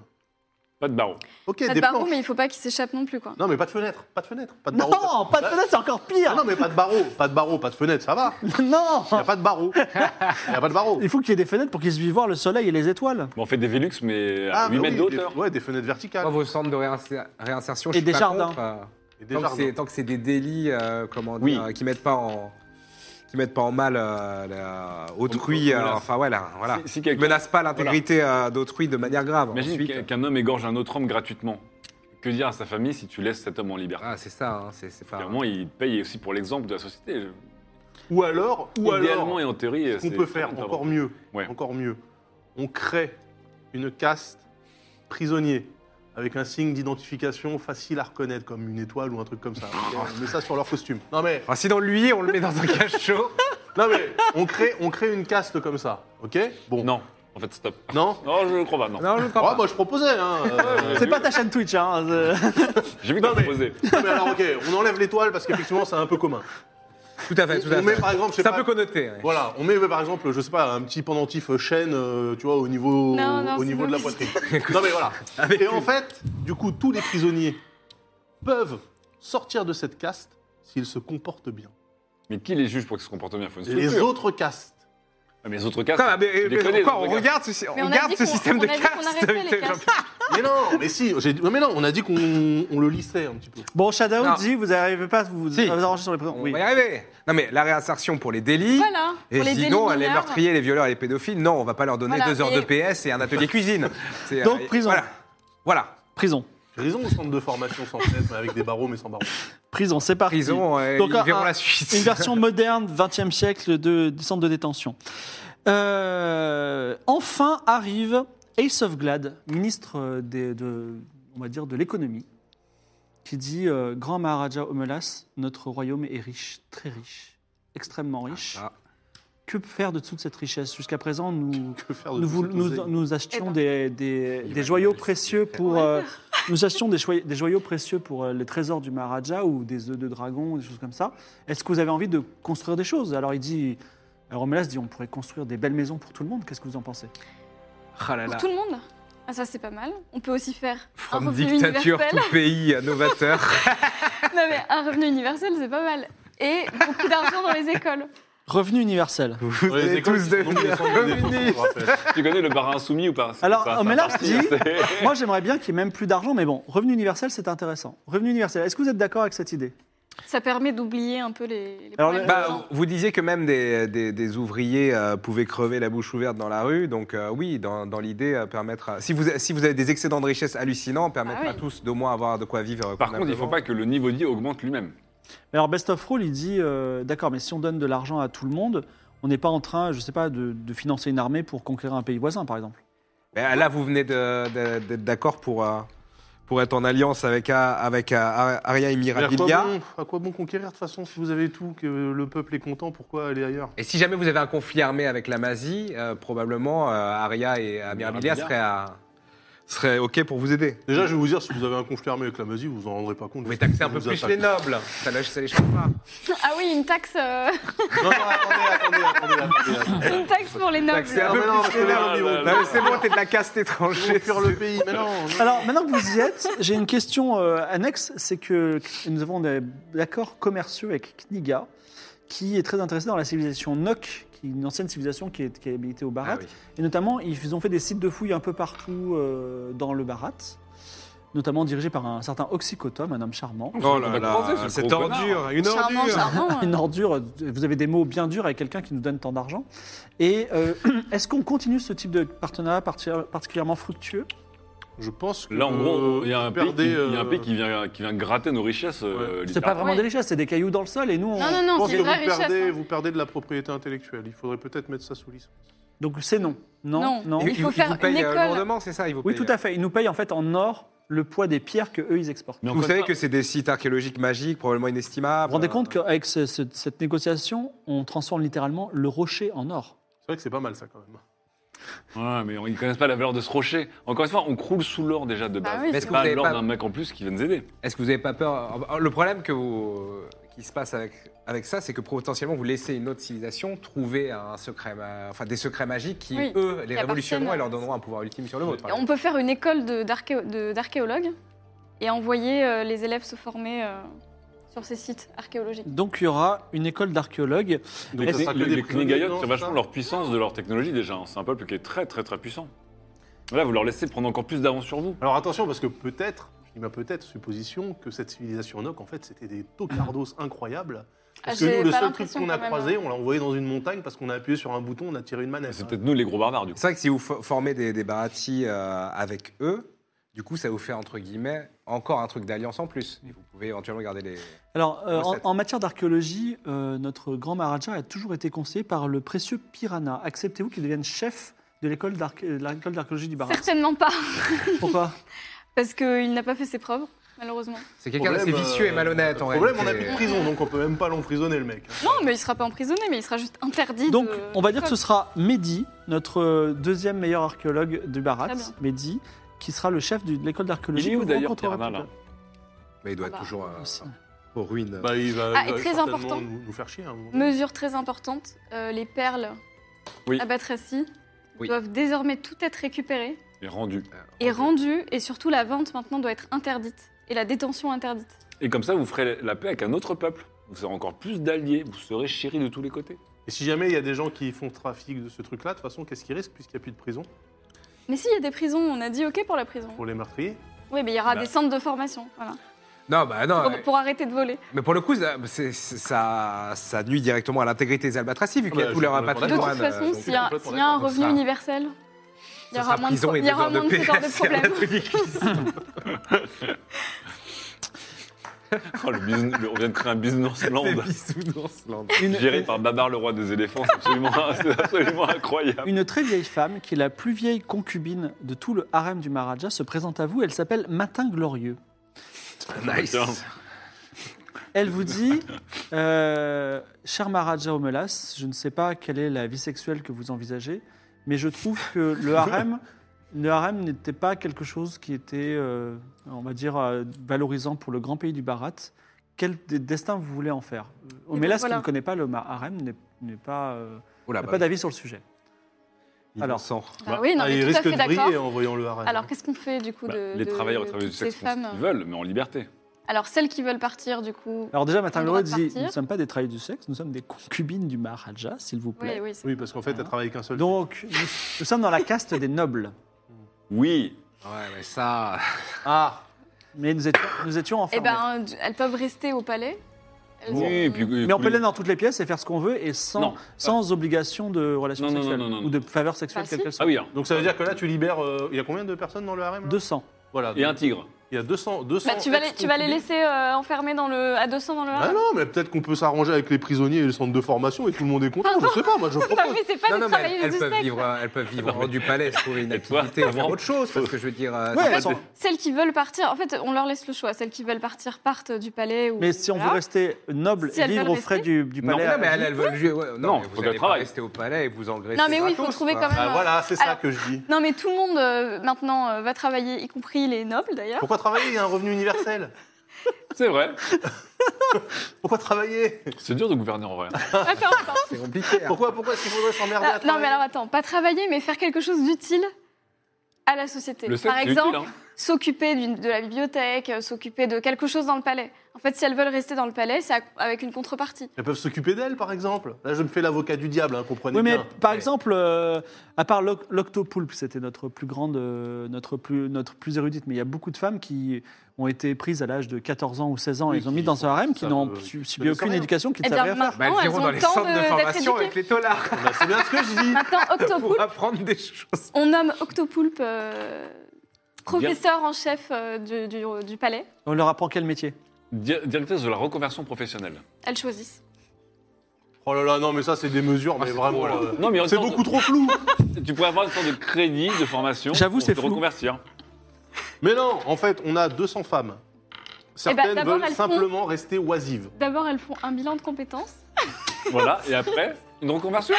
B: Pas de barreaux.
E: Ok,
C: Pas
E: des
C: de barreaux,
E: planches.
C: mais il faut pas qu'ils s'échappent non plus, quoi.
E: Non, mais pas de fenêtre, pas de fenêtre, pas de
A: Non,
E: barreaux.
A: pas de fenêtre, c'est encore
E: Ah
A: pire
E: non, mais pas de barreaux, pas de barreaux, pas de fenêtre, ça va. Il
A: Non
E: n'y a pas de barreaux. Il n'y a pas de barreaux.
A: Il faut qu'il y ait des fenêtres pour qu'ils puissent voir le soleil et les étoiles.
B: Bon, on fait des Velux, mais à
E: Ah,
B: 8 mètres
E: bah oui,
B: de hauteur.
E: Des, ouais, des fenêtres
D: Moi,
E: verticales.
D: vos centres de réinser- réinsertion, je
A: Et
D: suis
A: des
D: pas
A: jardins.
D: contre, euh,
E: Et des
D: Tant que,
E: jardins.
D: c'est, tant que c'est des délits, euh, comment
B: Oui.
D: dire, euh, qui mettent pas en qui mettent pas en mal euh, la- autrui,
B: On- on
D: euh,
B: menace.
D: enfin ouais, là, voilà,
B: Si- si
D: Qui
B: quelqu'un-
D: menacent pas l'intégrité euh, d'autrui de manière grave.
B: Imagine
D: Ensuite,
B: qu'un- qu'un homme égorge un autre homme gratuitement. Que dire à sa famille si tu laisses cet homme en liberté
D: ah c'est ça, hein, c'est, c'est pas.
B: Clairement, il paye aussi pour l'exemple de la société. Je-
E: Ou alors, ou
B: Idéalement
E: alors,
B: et en théorie,
E: ce qu'on peut faire encore mieux,
B: Ouais.
E: encore mieux, on crée une caste prisonnier avec un signe d'identification facile à reconnaître, comme une étoile ou un truc comme ça. Ok, on met ça sur leur costume. Non mais,
D: Ah, sinon lui, on le met dans un cachot.
E: non mais, on crée, on crée une caste comme ça, ok Bon,
B: Non, en fait, stop.
E: non.
B: Non, je ne crois pas, non.
D: non, je le
E: Oh,
D: crois pas.
E: moi je proposais. Hein, euh,
A: C'est pas ta chaîne Twitch, hein euh,
B: J'ai vu que t'as
E: mais-
B: proposé.
E: Non, mais alors, ok, on enlève l'étoile parce qu'effectivement, c'est un peu commun.
D: Tout à fait, tout à
E: on met,
D: fait.
E: par exemple, je sais
D: C'est un
E: pas-
D: peu connoté. ouais.
E: Voilà, on met par exemple, je sais pas, un petit pendentif euh, chaîne, euh, tu vois, au niveau,
C: Non, non,
E: au
C: c'est
E: niveau de la
C: pas
E: poitrine. non mais voilà. Et en fait, du coup, tous les prisonniers peuvent sortir de cette caste s'ils se comportent bien.
B: Mais qui les juge pour qu'ils se comportent bien Faut une
E: Les
B: structure.
E: autres castes.
B: Ah, Mais les autres cas,
D: Putain,
B: c'est-
D: mais- euh, mais-
B: tu les connais,
D: mais
B: les
D: encore,
B: autres
D: on
B: cas.
D: regarde ce,
C: Mais
D: on
C: on a
D: garde
C: dit
D: ce
C: qu'on-
D: système
C: on
D: de
C: a dit qu'on arrêtait les
D: caste.
C: castes.
E: Mais non, mais si, j'ai- mais non, on a dit qu'on on le lissait un petit peu.
A: Bon, Shadow
D: Non.
A: dit vous n'arrivez pas à vous,
D: Si.
A: à vous arranger sur les prisons.
D: On
A: Oui.
D: va y arriver. Non mais la réinsertion pour les délits.
C: Voilà,
D: Et
C: pour les délits
D: sinon, les
C: mineurs.
D: meurtriers, les violeurs et les pédophiles, non, on va pas leur donner
C: Voilà,
D: deux heures
C: et-
D: de PS et un atelier cuisine. C'est,
A: Donc,
D: et-
A: prison.
D: Voilà. Voilà.
A: Prison.
E: Prison au centre de formation sans fenêtre, mais avec des barreaux mais sans barreaux.
A: Prison, c'est parti.
D: Prison, et
A: Donc,
D: ils
A: un-
D: verront
A: un-
D: la suite.
A: Une version moderne, 20e siècle, de, du centre de détention. Euh, enfin arrive Ace of Glad, ministre des- de, on va dire, de l'économie, qui dit euh, Grand Maharaja Omelas, notre royaume est riche, très riche, extrêmement riche.
D: Ah.
A: Que faire de toute cette richesse Jusqu'à présent, nous,
E: Que faire de
A: nous,
E: tout
A: voul-
E: cet
A: nous-
E: oseille
A: nous achetions des, des- des joyaux précieux pour. euh, nous achetions des, choi- des joyaux précieux pour euh, les trésors du Maharaja ou des œufs de dragon, des choses comme ça. Est-ce que vous avez envie de construire des choses Alors il dit. Alors Omelas dit on pourrait construire des belles maisons pour tout le monde. Qu'est-ce que vous en pensez
D: Ah là
C: Pour
D: là.
C: tout le monde Ah, ça, c'est pas mal. On peut aussi faire un
D: From
C: revenu
D: dictature,
C: universel.
D: tout pays euh, novateur.
C: Non, mais un revenu universel, c'est pas mal. Et beaucoup d'argent dans les écoles.
A: Revenu universel.
D: Vous
E: Ouais, les
D: allez
E: écoles
D: tous
E: qui sont
D: devenir
E: dans les centres de
D: communistes.
E: détention, je vous rappelle.
B: Tu connais le bar insoumis ou pas C'est-
A: Alors,
B: ça, ça
A: mais là,
B: parti,
A: je dis-
B: c'est-
A: Moi j'aimerais bien qu'il y ait même plus d'argent, mais bon, revenu universel c'est intéressant. Revenu universel. Est-ce que vous êtes d'accord avec cette idée
C: Ça permet d'oublier un peu les, les
A: Alors,
C: problèmes.
D: Bah,
C: des gens.
D: vous disiez que même des, des- des ouvriers euh, pouvaient crever la bouche ouverte dans la rue, donc euh, oui, dans, dans l'idée, euh, permettre. à- si, vous, si vous avez des excédents de richesse hallucinants, permettre
C: Ah oui.
D: à tous d'au moins avoir de quoi vivre. euh,
B: Par contre, il ne faut
D: convenablement.
B: pas que le niveau de vie augmente lui-même.
A: Alors Best of Rule, il dit, euh, d'accord, mais si on donne de l'argent à tout le monde, on n'est pas en train, je sais pas, de, de financer une armée pour conquérir un pays voisin, par exemple.
D: Ben, là, vous venez de- de- d'être d'accord pour, euh, pour être en alliance avec, euh, avec euh, Ar- Aria et
E: Mais À quoi,
D: Mirabilia.
E: bon, à quoi bon conquérir de toute façon si vous avez tout, que le peuple est content, pourquoi aller ailleurs
D: Et si jamais vous avez un conflit armé avec la Mazie, euh, probablement euh, Aria et euh, Mirabilia
B: Mirabilia.
D: seraient, à- seraient OK pour vous aider.
E: Déjà, je vais vous dire, si vous avez un conflit armé avec la Masie, vous vous en rendrez pas compte.
D: Vous pouvez taxer un peu
E: Vous
D: plus
E: attaquez.
D: les nobles. Ça, lâche- ça les change pas.
C: Ah oui, une taxe, euh,
E: Non, non, attendez, attendez, attendez. attendez.
C: une taxe pour les nobles.
D: Taxer un
E: Ah,
D: peu
E: mais non,
D: plus
E: parce
D: les
E: que là,
D: nobles.
E: on dit,
B: là,
E: on-
D: Non, mais c'est bon, t'es de la caste
E: Je
D: étrangère.
E: vais fuir le pays, mais non. non.
A: Alors, maintenant que vous y êtes, j'ai une question euh, annexe, c'est que nous avons des accords commerciaux avec Kniga, qui est très intéressé dans la civilisation Nok, qui est une ancienne civilisation qui est, qui est habitée au Barat.
D: Ah oui.
A: Et notamment, ils ont fait des sites de fouilles un peu partout euh, dans le Barat. notamment dirigé par un certain Oxycotome, un homme charmant.
D: Oh là
B: On a croisé ce
D: là, cette
A: hein.
B: gros
D: ordure, une
C: Charmant,
D: ordure.
C: charmant.
A: Une ordure, vous avez des mots bien durs avec quelqu'un qui nous donne tant d'argent. Et euh, est-ce qu'on continue ce type de partenariat parti- particulièrement fructueux
E: Je pense que.
B: Là, en gros, il y a un pays,
E: perdez,
B: qui, il y a un
E: euh,
B: pays qui vient, qui vient gratter nos richesses. euh,
A: C'est pas
B: littéralement.
A: vraiment
C: Oui.
A: des richesses, c'est des cailloux dans le sol et nous on...
C: Non, non,
E: Je
C: non,
E: pense
C: c'est
E: que
C: une
E: vous
C: vraie richesse.
E: perdez,
C: hein.
E: vous perdez de la propriété intellectuelle. Il faudrait peut-être mettre ça sous licence.
A: Donc c'est non. Non, non.
C: Non.
D: Et
C: Il faut
D: vous-
C: faire
D: vous
C: une
D: payent, euh,
C: école.
D: lourdement, c'est ça ils vous
A: Oui,
D: payent.
A: tout à fait. Ils nous payent en fait en or le poids des pierres que eux ils exportent.
B: Mais
D: Vous
B: encore
D: savez
B: une
D: que c'est des sites archéologiques magiques, probablement
A: Vous
D: inestimables.
A: euh, vous rendez compte qu'avec ce- ce- cette négociation, on transforme littéralement le rocher en or
E: C'est vrai que c'est pas mal, ça, quand même.
B: fois- Ouais, mais ils connaissent pas la valeur de ce rocher. Encore une fois, on croule sous l'or déjà de
C: Bah
B: base.
C: oui,
B: c'est
C: c'est
B: pas
D: vrai.
B: l'or
D: Pas-
B: d'un mec en plus qui vient nous aider.
D: Est-ce que vous n'avez pas peur Oh, bah, Le problème que vous, qui se passe avec, avec ça, c'est que potentiellement vous laissez une autre civilisation trouver un secret, ma- enfin des secrets magiques qui,
C: Oui,
D: eux, les
C: qui
D: révolutionneront et
C: appartiennent à-
D: leur donneront un pouvoir ultime sur le vôtre. par
C: hein. On
D: exemple.
C: peut faire une école de- d'archéo- de- d'archéologues et envoyer euh, les élèves se former euh, sur ces sites archéologiques.
A: Donc il y aura une école d'archéologues.
E: Donc,
B: Les,
E: ça sera que
B: Eh, les-
E: des
B: les
E: prisonniers,
B: Knigayot,
E: non,
B: c'est
E: c'est
B: vachement
E: ça
B: leur puissance de leur technologie déjà. hein. C'est un peuple qui est très très très puissant. Là, vous leur laissez prendre encore plus d'avance sur vous.
E: Alors attention, parce que peut-être, je dis ma peut-être, supposition, que cette civilisation Noc, en fait, c'était des tocardos incroyables. Parce
C: Ah,
E: que
C: j'ai
E: nous, le
C: pas
E: seul truc
C: l'impression
E: qu'on a
C: quand même,
E: croisé,
C: hein.
E: on l'a envoyé dans une montagne parce qu'on a appuyé sur un bouton, on a tiré une manette.
B: C'est
E: hein.
B: peut-être nous les gros barbares du coup.
D: C'est vrai que si vous fo- formez des, des Baratis, euh, avec eux, du coup, ça vous fait entre guillemets encore un truc d'alliance en plus. Et vous pouvez éventuellement garder les.
A: Alors euh, en,
D: Recette.
A: en matière d'archéologie, euh, notre grand Maharaja a toujours été conseillé par le précieux Piranha. Acceptez-vous qu'il devienne chef de l'école d'arché- de l'école d'archéologie du Barat
C: Certainement pas,
A: Pourquoi
C: parce qu'il n'a pas fait ses preuves, malheureusement.
D: C'est quelqu'un d'assez
E: Problème,
D: vicieux et
E: euh,
D: malhonnête en
E: Le problème, on a
D: réalité.
E: plus de prison, donc on peut même pas l'emprisonner, le mec.
C: Non, mais il sera pas emprisonné, mais il sera juste interdit.
A: Donc,
C: de-
A: on va dire que ce sera Mehdi, notre euh, deuxième meilleur archéologue du Barat,
C: Très bien.
A: Mehdi, qui sera le chef du- de l'école d'archéologie.
B: Il est où
A: Vous
B: d'ailleurs
A: rencontrerez
B: Piranha
A: plus
B: là
A: tard.
D: Mais il doit
C: Ah bah,
D: être toujours euh,
A: Aussi.
D: aux ruines.
E: Bah, il va,
C: Ah,
E: il va
C: et très
E: certainement
C: important.
E: Nous, nous faire chier. hein, à un moment.
C: Mesure très importante euh, les perles
B: Oui.
C: à Batrassi
D: Oui.
C: doivent désormais tout être récupérées
B: Il est rendu.
C: et rendues, et surtout la vente maintenant doit être interdite et la détention interdite.
B: Et comme ça, vous ferez la paix avec un autre peuple. Vous serez encore plus d'alliés. Vous serez chéris de tous les côtés.
E: Et si jamais il y a des gens qui font trafic de ce truc-là, de toute façon, qu'est-ce qu'ils risquent puisqu'il n'y a plus de prison
C: Mais s'il y a des prisons, on a dit ok pour la prison.
E: pour les meurtriers
C: Oui, mais il y aura
B: Bah.
C: des centres de formation, voilà,
D: Non, bah non.
C: pour,
D: euh,
C: pour arrêter de voler.
D: Mais pour le coup, ça, c'est- c'est- ça, ça nuit directement à l'intégrité des albatracis, vu qu'il y a
E: bah,
D: tout
E: je
D: leur
E: suis complètement
C: De toute
D: patrimoine. euh,
C: façon,
D: donc,
C: s'il y, a-
E: complètement
C: s'il y a un
D: d'accord.
C: revenu
D: Ça-
C: universel, il y aura
D: ça sera
C: moins de,
D: prison
C: pro-
D: et
C: il y
D: deux
C: aura
D: heures
C: moins de,
D: de
C: ce genre
D: PLS,
C: de
D: c'est la
C: problèmes.
B: Oh, le business- le- on vient de créer un business land
D: C'est Bisounours
E: Bah.
D: Land.
B: géré par Babar, le roi des éléphants. C'est absolument, c'est absolument incroyable.
A: Une très vieille femme, qui est la plus vieille concubine de tout le harem du Maharaja, se présente à vous. Elle s'appelle Matin Glorieux.
D: Nice.
B: Putain.
A: Elle vous dit euh, Cher Maharaja Omelas, je ne sais pas quelle est la vie sexuelle que vous envisagez, mais je trouve que le harem. Le harem n'était pas quelque chose qui était, euh, on va dire, euh, valorisant pour le grand pays du Bharat. Quel d- destin vous voulez en faire Omelas,
C: voilà.
A: qui ne connaît pas le ma- harem, n'est- n'est pas, euh,
D: Oh là
A: n'a
D: bah,
A: pas d'avis sur le sujet. Alors,
D: alors, sang.
C: Ah oui, non,
E: Ah,
C: mais
E: ils
C: tout à
E: risquent
C: fait
E: de briller
C: d'accord.
E: en voyant le harem. hein.
C: Alors qu'est-ce qu'on fait du coup
B: Bah,
C: de,
B: les
C: de-
B: travailleurs et travailleuses
C: toutes
B: du
C: ces
B: sexe font ce
C: femmes euh,
B: qu'ils veulent, mais en liberté.
C: Alors celles qui veulent partir du coup.
A: Alors déjà, Matin
C: le droit
A: Glorieux
C: de
A: dit,
C: partir.
A: nous ne sommes pas des travailleurs du sexe, nous sommes des concubines du Maharaja, s'il vous plaît.
C: Oui, oui, c'est-
E: Oui, parce qu'en fait, t'as travaillé qu'un seul.
A: Donc, nous, nous sommes dans la caste des nobles.
B: Oui,
D: Ouais, mais ça.
A: Ah Mais nous étions, nous étions
C: Eh
A: enfermés.
C: ben, d- elles peuvent rester au palais. Elles
B: oui,
C: ont-
B: et puis-
A: mais on peut aller dans toutes les pièces et faire ce qu'on veut et sans,
B: Non.
A: sans obligation de relation
B: Non, non,
A: sexuelle
B: non, non, non,
A: ou de faveur sexuelle
C: Bah,
A: quelle
C: si.
A: qu'elle soit.
B: Ah oui, hein.
E: Donc ça veut dire que là, tu libères. euh, Il y a combien de personnes dans le harem là
A: 200.
E: Voilà.
B: et un tigre.
E: Il y a 200. 200
C: Bah, tu, vas les, tu vas les laisser euh, enfermer dans le, à 200 dans le
E: Ah
C: harem
E: non, mais peut-être qu'on peut s'arranger avec les prisonniers et le centre de formation et tout le monde est content. je sais pas, moi je
C: Bah,
E: propose.
C: mais c'est pas
D: Non,
C: des
D: non, mais elles,
C: travailleuses
D: elles
C: du
D: peuvent
C: sexe.
D: vivre, euh, elles
B: Ah
D: peuvent vivre hors du palais, trouver une
B: Et toi,
D: activité, ou faire
B: avant-
D: autre chose. Parce que je veux dire,
B: Ah,
D: euh,
A: Ouais,
D: c'est pas
A: elles sont-
D: de-
C: Celles qui veulent partir, en fait, on leur laisse le choix. Celles qui veulent partir partent du palais. Ou...
A: Mais si on veut
C: voilà.
A: rester noble
C: Ah. Si
A: et
C: elles
A: vivre
C: veulent
A: aux frais
C: rester.
A: du, du
B: Non,
A: palais...
D: Non,
A: à-
D: mais elles, elles veulent jouer. ouais,
B: Non,
D: non, mais
B: faut
D: vous
B: qu'elles
D: allez pas
B: travaillent.
D: rester au palais et vous engraisser.
C: Non, mais oui, il faut
D: gratos,
C: trouver
D: quoi.
C: quand même.
E: Ah,
C: un-
E: voilà, c'est ça
C: Alors-
E: que je dis.
C: Non, mais tout le monde euh, maintenant euh, va travailler, y compris les nobles d'ailleurs.
E: Pourquoi travailler Il y a un revenu universel.
B: C'est vrai,
E: Pourquoi travailler
B: c'est dur de gouverner en vrai.
C: Attends, attends.
D: C'est compliqué. hein.
E: Pourquoi, pourquoi est-ce qu'il faudrait s'emmerder
C: Ah,
E: à
C: non, mais
E: travailler
C: alors attends, pas travailler, mais faire quelque chose d'utile à la société.
B: Le
C: Par
B: sexe, c'est
C: exemple,
B: utile. hein.
C: s'occuper d'une- de la bibliothèque, euh, s'occuper de quelque chose dans le palais. En fait, si elles veulent rester dans le palais, c'est à- avec une contrepartie.
E: Elles peuvent s'occuper d'elle, par exemple. Là, je me fais l'avocat du diable, hein, comprenez
A: Oui, mais
E: bien.
A: par exemple, euh, à part l'oc- l'octopoulpe, c'était notre plus grande, euh, notre plus, notre plus érudite, mais il y a beaucoup de femmes qui ont été prises à l'âge de 14 ans ou 16 ans
E: Oui,
A: et les ont
E: qui
A: mis dans un harem, qui
E: savent,
A: n'ont
E: euh,
A: su-
E: qui
A: subi
E: ne
A: aucune
E: savent
A: éducation, qui ne
C: Eh
A: savent rien
C: bien,
A: faire.
C: maintenant,
D: Bah, elles
C: elles
D: iront
C: ont
D: dans
C: le
D: les
C: temps
D: centres de,
C: de- d'être
D: formation avec
C: éduquées.
D: les taulards
E: Bah, c'est bien ce que je dis.
C: Maintenant,
D: pour
C: Octopoulpe,
D: apprendre des choses.
C: on nomme Octopoulpe euh, professeur en chef euh, du, du- du palais.
A: On leur apprend quel métier
B: Di- Directrice de la reconversion professionnelle.
C: Elles choisissent.
E: Oh là là, non, mais ça, c'est des mesures, mais vraiment. euh,
B: Non, mais en
E: c'est
B: même temps,
E: beaucoup trop flou.
B: Tu pourrais avoir une sorte de crédit de formation.
A: J'avoue,
B: pour
A: c'est
B: te
A: flou.
B: reconvertir.
E: mais non, en fait, on a 200 femmes. Certaines
C: Eh ben, d'abord,
E: veulent
C: elles font-
E: simplement rester oisives.
C: D'abord, elles font un bilan de compétences.
B: Voilà, et après, une reconversion.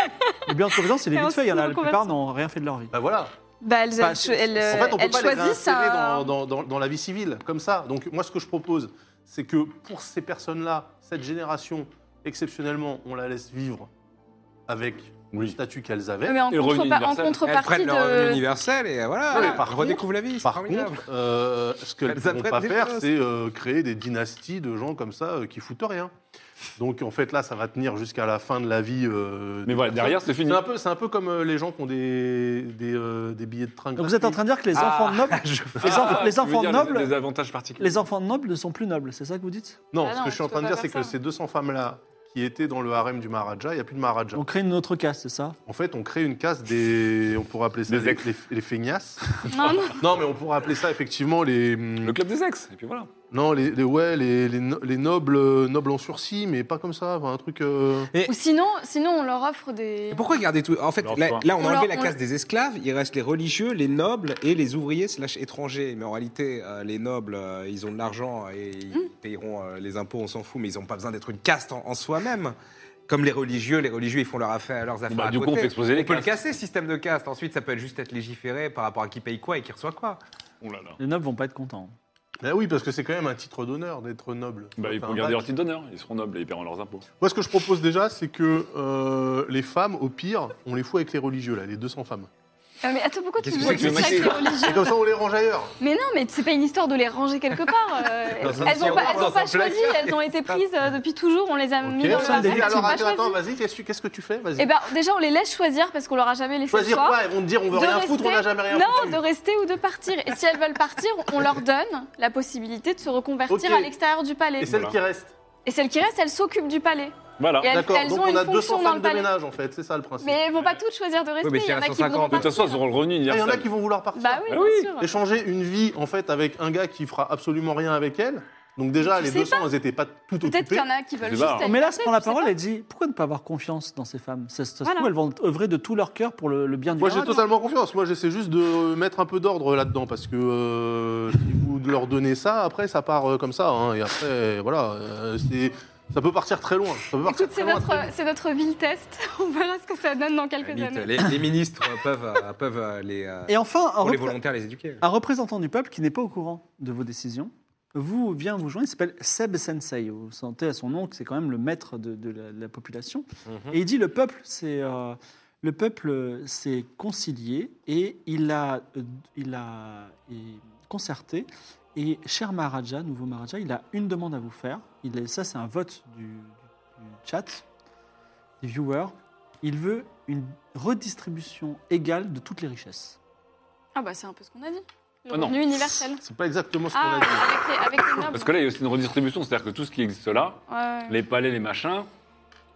A: Le bien de compétence, c'est les
C: Et
A: vite fait. Il y en a
C: ensuite,
A: la
C: on
A: plupart n'ont rien fait de leur vie.
E: Bah voilà.
C: Bah, elles,
A: Bah,
C: elles cho-
A: c'est-
C: elles, euh,
E: En fait, on
C: elles
E: peut pas les
C: choisissent
E: réinsérer
C: un-
E: dans, dans- dans- dans la vie civile, comme ça. Donc, moi, ce que je propose, c'est que pour ces personnes-là, cette génération, exceptionnellement, on la laisse vivre avec le statut qu'elles avaient.
C: Mais en,
B: Et revenu
C: contrepa- en
B: universel.
D: Elles
C: contrepartie
D: prennent leur revenu
C: de.
D: universel et euh, voilà,
E: Ouais, mais
D: elles
E: par
D: redécouvrent la vie. c'est
E: Par
D: formidable.
E: contre, euh, ce qu'elles
D: Elles
E: ne vont
D: apprêtent
E: pas
D: des
E: faire,
D: choses.
E: c'est euh, créer des dynasties de gens comme ça euh, qui foutent rien. Donc en fait, là, ça va tenir jusqu'à la fin de la vie. euh,
B: Mais
E: des
B: voilà,
E: personnes.
B: derrière, c'est fini.
E: C'est un peu, c'est un peu comme euh, les gens qui ont des, des, euh, des billets de train.
A: Donc vous êtes en train de dire que les enfants nobles, les,
B: Ah,
A: enfants- les
B: tu veux
A: enfants
B: dire
A: nobles,
B: Des, des
A: les,
B: avantages particuliers.
A: enfants nobles ne sont plus nobles. C'est ça que vous dites
E: Non,
C: Ah
E: ce
C: non,
E: que je suis en
C: tu
E: train de
C: peux
E: dire,
C: pas
E: c'est
C: faire
E: que
C: ça.
E: ces 200 femmes-là qui étaient dans le harem du Maharaja, il n'y a plus de Maharaja.
A: On crée une autre caste, c'est ça
E: En fait, on crée une casse des. On pourrait appeler ça
B: Des
E: les,
B: ex.
E: les, les feignasses.
C: Non, non,
E: non, mais on pourrait appeler ça effectivement les.
B: Le club des ex. Et puis voilà.
E: Non, les, les- ouais, les, les, no- les nobles, euh, nobles en sursis, mais pas comme ça, enfin, un truc. euh,
C: Ou sinon, sinon, on leur offre des.
D: Et pourquoi garder tout En fait,
B: Alors,
D: là,
B: toi.
D: là, on
C: On
D: a enlevé
C: leur-
D: la
C: on-
D: classe des esclaves, il reste les religieux, les nobles et les ouvriers slash étrangers. Mais en réalité, euh, les nobles, euh, ils ont de l'argent et ils payeront euh, les impôts, on s'en fout, mais ils n'ont pas besoin d'être une caste en, en soi-même. Comme les religieux, les religieux, ils font leur affaire, leurs affaires.
B: Bah,
D: à
B: du coup,
D: côté.
B: on fait exploser les
D: On peut le
B: castes.
D: casser, ce système de caste. Ensuite, ça peut être juste être légiféré par rapport à qui paye quoi et qui reçoit quoi.
B: Oh là là.
A: Les nobles vont pas être contents.
E: Ben oui, parce que c'est quand même un titre d'honneur d'être noble.
B: Bah, ils
E: Enfin,
B: pourront garder leur
E: bref.
B: titre d'honneur. Ils seront nobles et ils paieront leurs impôts.
E: Moi, ce que je propose déjà, c'est que euh, les femmes, au pire, on les fout avec les religieux, là, les 200 femmes.
C: Ah, mais attends, pourquoi tu
D: Qu'est-ce
C: veux que
D: que
C: je
D: c'est que
C: traque
D: c'est
C: les religieux
E: Et comme ça, on les range ailleurs.
C: Mais non, mais c'est pas une histoire de les ranger quelque part. euh,
D: Dans un
C: elles ont pas,
D: tiroir,
C: elles ont
D: dans
C: pas
D: un
C: choisi,
D: placard.
C: elles ont été prises euh, depuis toujours, on les a mis dans
E: Ok.
C: le
A: Personne
C: hasard,
A: des
C: elles ont
E: Alors,
C: pas
E: attends,
C: choisi.
E: attends, vas-y, qu'est-ce que- qu'est-ce que tu fais Vas-y.
C: Eh ben, déjà, on les laisse choisir parce qu'on leur a jamais laissé
E: Choisir
C: le choix.
E: quoi Elles vont te dire, on veut
C: de
E: rien foutre, on n'a
C: rester-
E: jamais rien
C: Non,
E: foutu.
C: de rester ou de partir. Et si elles veulent partir, on leur donne la possibilité de se reconvertir
E: Ok.
C: à l'extérieur du palais.
E: Et celles
B: Voilà.
E: qui restent.
C: Et celles qui restent, elles s'occupent du palais.
B: Voilà.
C: Et
B: De
C: elles-
E: D'accord,
C: elles
E: donc
C: ont
E: on
C: une
E: a
C: fonction
E: 200
C: dans le
E: femmes de
C: palais.
E: ménage, en fait, c'est ça le principe.
C: Mais elles vont pas toutes choisir de rester.
D: Oui, mais si
C: il y en
D: elles
C: a
D: sont
C: qui voudront
D: 50, de
B: toute façon,
C: partir.
B: ils auront le revenu
E: Ah, Il y en a
B: universel.
E: qui vont vouloir partir.
C: Bah oui, bien
B: oui.
C: sûr.
E: Échanger une vie, en fait, avec un gars qui fera absolument rien avec elle. Donc déjà,
C: Tu
E: les
C: sais
E: 200, elles n'étaient pas toutes
C: Peut-être qu'il
E: occupées.
C: y en a qui veulent
B: Je sais
C: juste.
B: pas.
C: aller
A: Mais là,
C: danser,
A: se prend la
C: je sais
A: parole
C: pas.
A: et dit pourquoi ne pas avoir confiance dans ces femmes Ça se ça se
C: Voilà.
A: trouve, elles vont œuvrer de tout leur cœur pour le, le bien du
E: Moi, j'ai
A: harem.
E: totalement confiance. Moi, j'essaie juste de mettre un peu d'ordre là-dedans parce que euh, si vous leur donnez ça, après, ça part euh, comme ça. hein. et après, voilà, euh, c'est- ça peut partir très loin. Ça peut partir
C: Écoute,
E: très
C: c'est
E: loin, très
C: notre, c'est notre ville test. On verra ce que ça donne dans quelques
D: Limite,
C: années.
D: les, les ministres euh, peuvent, euh, peuvent euh, les, euh,
A: Et enfin, un,
D: pour les
A: repré-
D: volontaires les éduquer.
A: un représentant du peuple qui n'est pas au courant de vos décisions vous vient vous joindre. Il s'appelle Seb Sensei. Vous sentez à son nom que c'est quand même le maître de, de la, de la population. Et il dit le peuple, c'est euh, le peuple euh, s'est concilié et il a euh, il a et concerté. Et cher Maharaja, nouveau Maharaja, il a une demande à vous faire. Il est- ça, c'est un vote du, du chat, des viewers. Il veut une redistribution égale de toutes les richesses.
C: Ah bah c'est un peu ce qu'on a dit. Le
B: Ah non.
C: revenu universel.
E: loin. C'est pas exactement ce qu'on
C: Ah,
E: a dit.
C: avec les, avec les nobles.
B: Parce que là, il y a aussi une redistribution. C'est-à-dire que tout ce qui existe là,
C: Ouais.
B: les palais, les machins,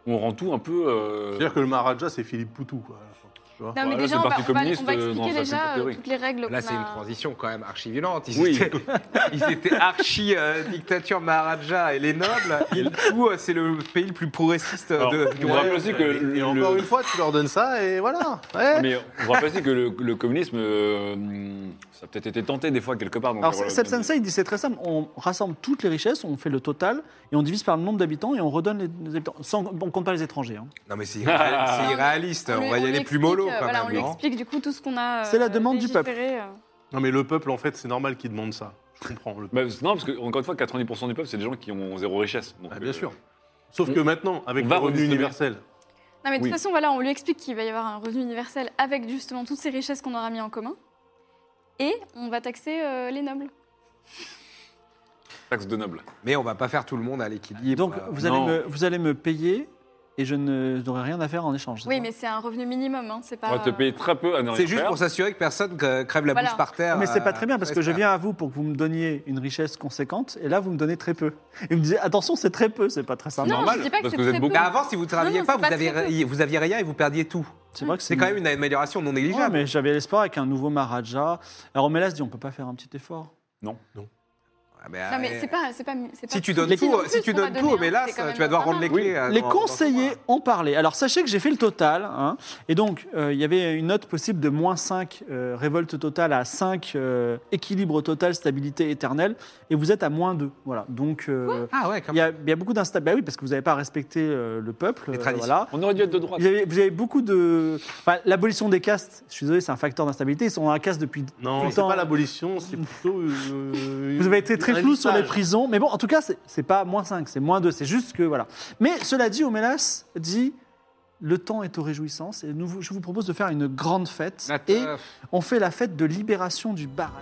B: on rend tout un peu. euh,
E: C'est-à-dire que le Maharaja, c'est Philippe Poutou. Quoi, à la fin. Tu vois
C: Non mais
B: Voilà,
C: déjà
B: c'est
C: on va,
B: parti
C: on va- on va
B: communiste, euh, dans
C: expliquer
B: sa
C: déjà
B: culture
C: euh,
B: théorique.
C: toutes les règles.
D: Là,
C: qu'on
D: c'est une
C: a.
D: transition quand même archi violente. Ils,
B: Oui.
D: étaient, ils étaient archi euh, dictature Maharaja et les nobles. Et le coup, euh, c'est le pays le plus progressiste euh,
B: Alors,
D: de, du
B: on
D: royaume.
B: rappelle aussi que le-
E: Et encore une fois, tu leur donnes ça et voilà. Ouais.
B: Mais on rappelle aussi que le, le communisme, euh, hmm, ça a peut-être été tenté des fois quelque part. donc euh,
A: Alors,
B: voilà,
A: Seb
B: comme-
A: Sensei, il dit c'est très simple, on rassemble toutes les richesses, on fait le total, et on divise par le nombre d'habitants, et on redonne les, les habitants. Sans, on compte pas les étrangers. hein.
D: Non, mais c'est irré- c'est irréaliste.
C: On
D: On,
C: lui-
D: va y
C: on lui
D: aller plus
C: explique,
D: mollo
C: euh,
D: quand
C: voilà, On
D: même.
C: lui
D: non
C: explique du coup tout ce qu'on a.
A: C'est la
C: euh,
A: demande du peuple.
C: légiféré, euh.
E: Non, mais le peuple, en fait, c'est normal qu'il demande ça. Je comprends. Le peuple.
B: Bah, non, parce que, encore une fois, 90% du peuple, c'est des gens qui ont zéro richesse. Donc,
E: Ah, bien
B: euh,
E: sûr. Sauf
B: on-
E: que maintenant, avec
B: on
E: le
B: va
E: revenu
B: redistribuer.
E: universel,
C: Non, mais de
B: Oui.
C: toute façon, voilà, on lui explique qu'il va y avoir un revenu universel avec justement toutes ces richesses qu'on aura mis en commun. Et on va taxer euh, les nobles.
B: Taxe de noble.
D: Mais on va pas faire tout le monde à l'équilibre.
A: Donc
D: euh,
A: vous allez,
B: non.
A: me, vous allez me payer et je ne n'aurai rien à faire en échange. c'est
C: Oui,
A: ça
C: mais c'est un revenu minimum, hein, c'est pas.
B: On va te
C: euh,
B: payer très peu à ne rien
D: C'est juste
B: faire.
D: pour s'assurer que personne euh, crève la
C: Voilà.
D: bouche par terre.
A: Mais c'est pas
D: euh,
A: très bien parce
D: ouais,
A: que je
D: c'est-
A: viens à vous pour que vous me donniez une richesse conséquente et là vous me donnez très peu. Et vous me disiez attention c'est très peu, c'est pas très simple.
C: Non,
B: normal,
C: je dis pas que
B: parce
C: c'est
B: que vous êtes
C: très peu.
B: beaucoup.
D: Bah, avant, si vous travailliez
C: Non, non,
D: pas,
C: c'est
D: vous
C: pas
D: aviez,
C: très
D: ri- vous aviez rien et vous perdiez tout.
A: C'est vrai que
D: C'est quand même une amélioration non
A: Mm. Ouais,
D: négligeable.
A: mais j'avais l'espoir avec un nouveau Maharaja. Alors Omelas dit on peut pas faire un petit effort.
D: Ah, mais,
C: Non, mais
D: euh,
C: c'est pas, c'est pas, c'est pas.
D: Si tu donnes
C: petit non
D: tout, euh,
C: plus,
D: si tu
C: ce qu'on va
D: donnes tout,
C: donner,
D: mais
C: hein,
D: là,
C: c'est quand même
D: tu vas devoir
C: pas
D: rendre les
C: mal.
D: clés. euh,
A: Les
D: dans- dans-
A: conseillers ont parlé. Alors sachez que j'ai fait le total. hein. et donc, euh, il y avait une note possible de moins 5 euh, révolte totale à 5 euh, équilibre total, stabilité éternelle. Et vous êtes à moins 2. Voilà. Donc, euh,
D: Ah ouais, quand
A: il y, a- il y a beaucoup d'instabilité. Bah oui, parce que vous n'avez pas respecté euh, le peuple.
D: Les
A: euh,
D: traditions.
A: voilà.
B: On aurait dû être de droite.
A: Vous avez, vous avez beaucoup de. Enfin, l'abolition des castes, je suis désolé, c'est un facteur d'instabilité. Ils sont dans la caste depuis.
E: Non,
A: Pourtant-
E: c'est pas l'abolition, c'est plutôt. euh,
A: Vous avez été très
E: un
A: flou sur les
E: lissage.
A: prisons. Mais bon, en tout cas, c'est- c'est pas moins 5, c'est moins 2. C'est juste que. Voilà. Mais cela dit, Omelas dit le temps est aux réjouissances et nous, vous- je vous propose de faire une grande fête.
D: même.
A: et on fait la fête de libération du barrage.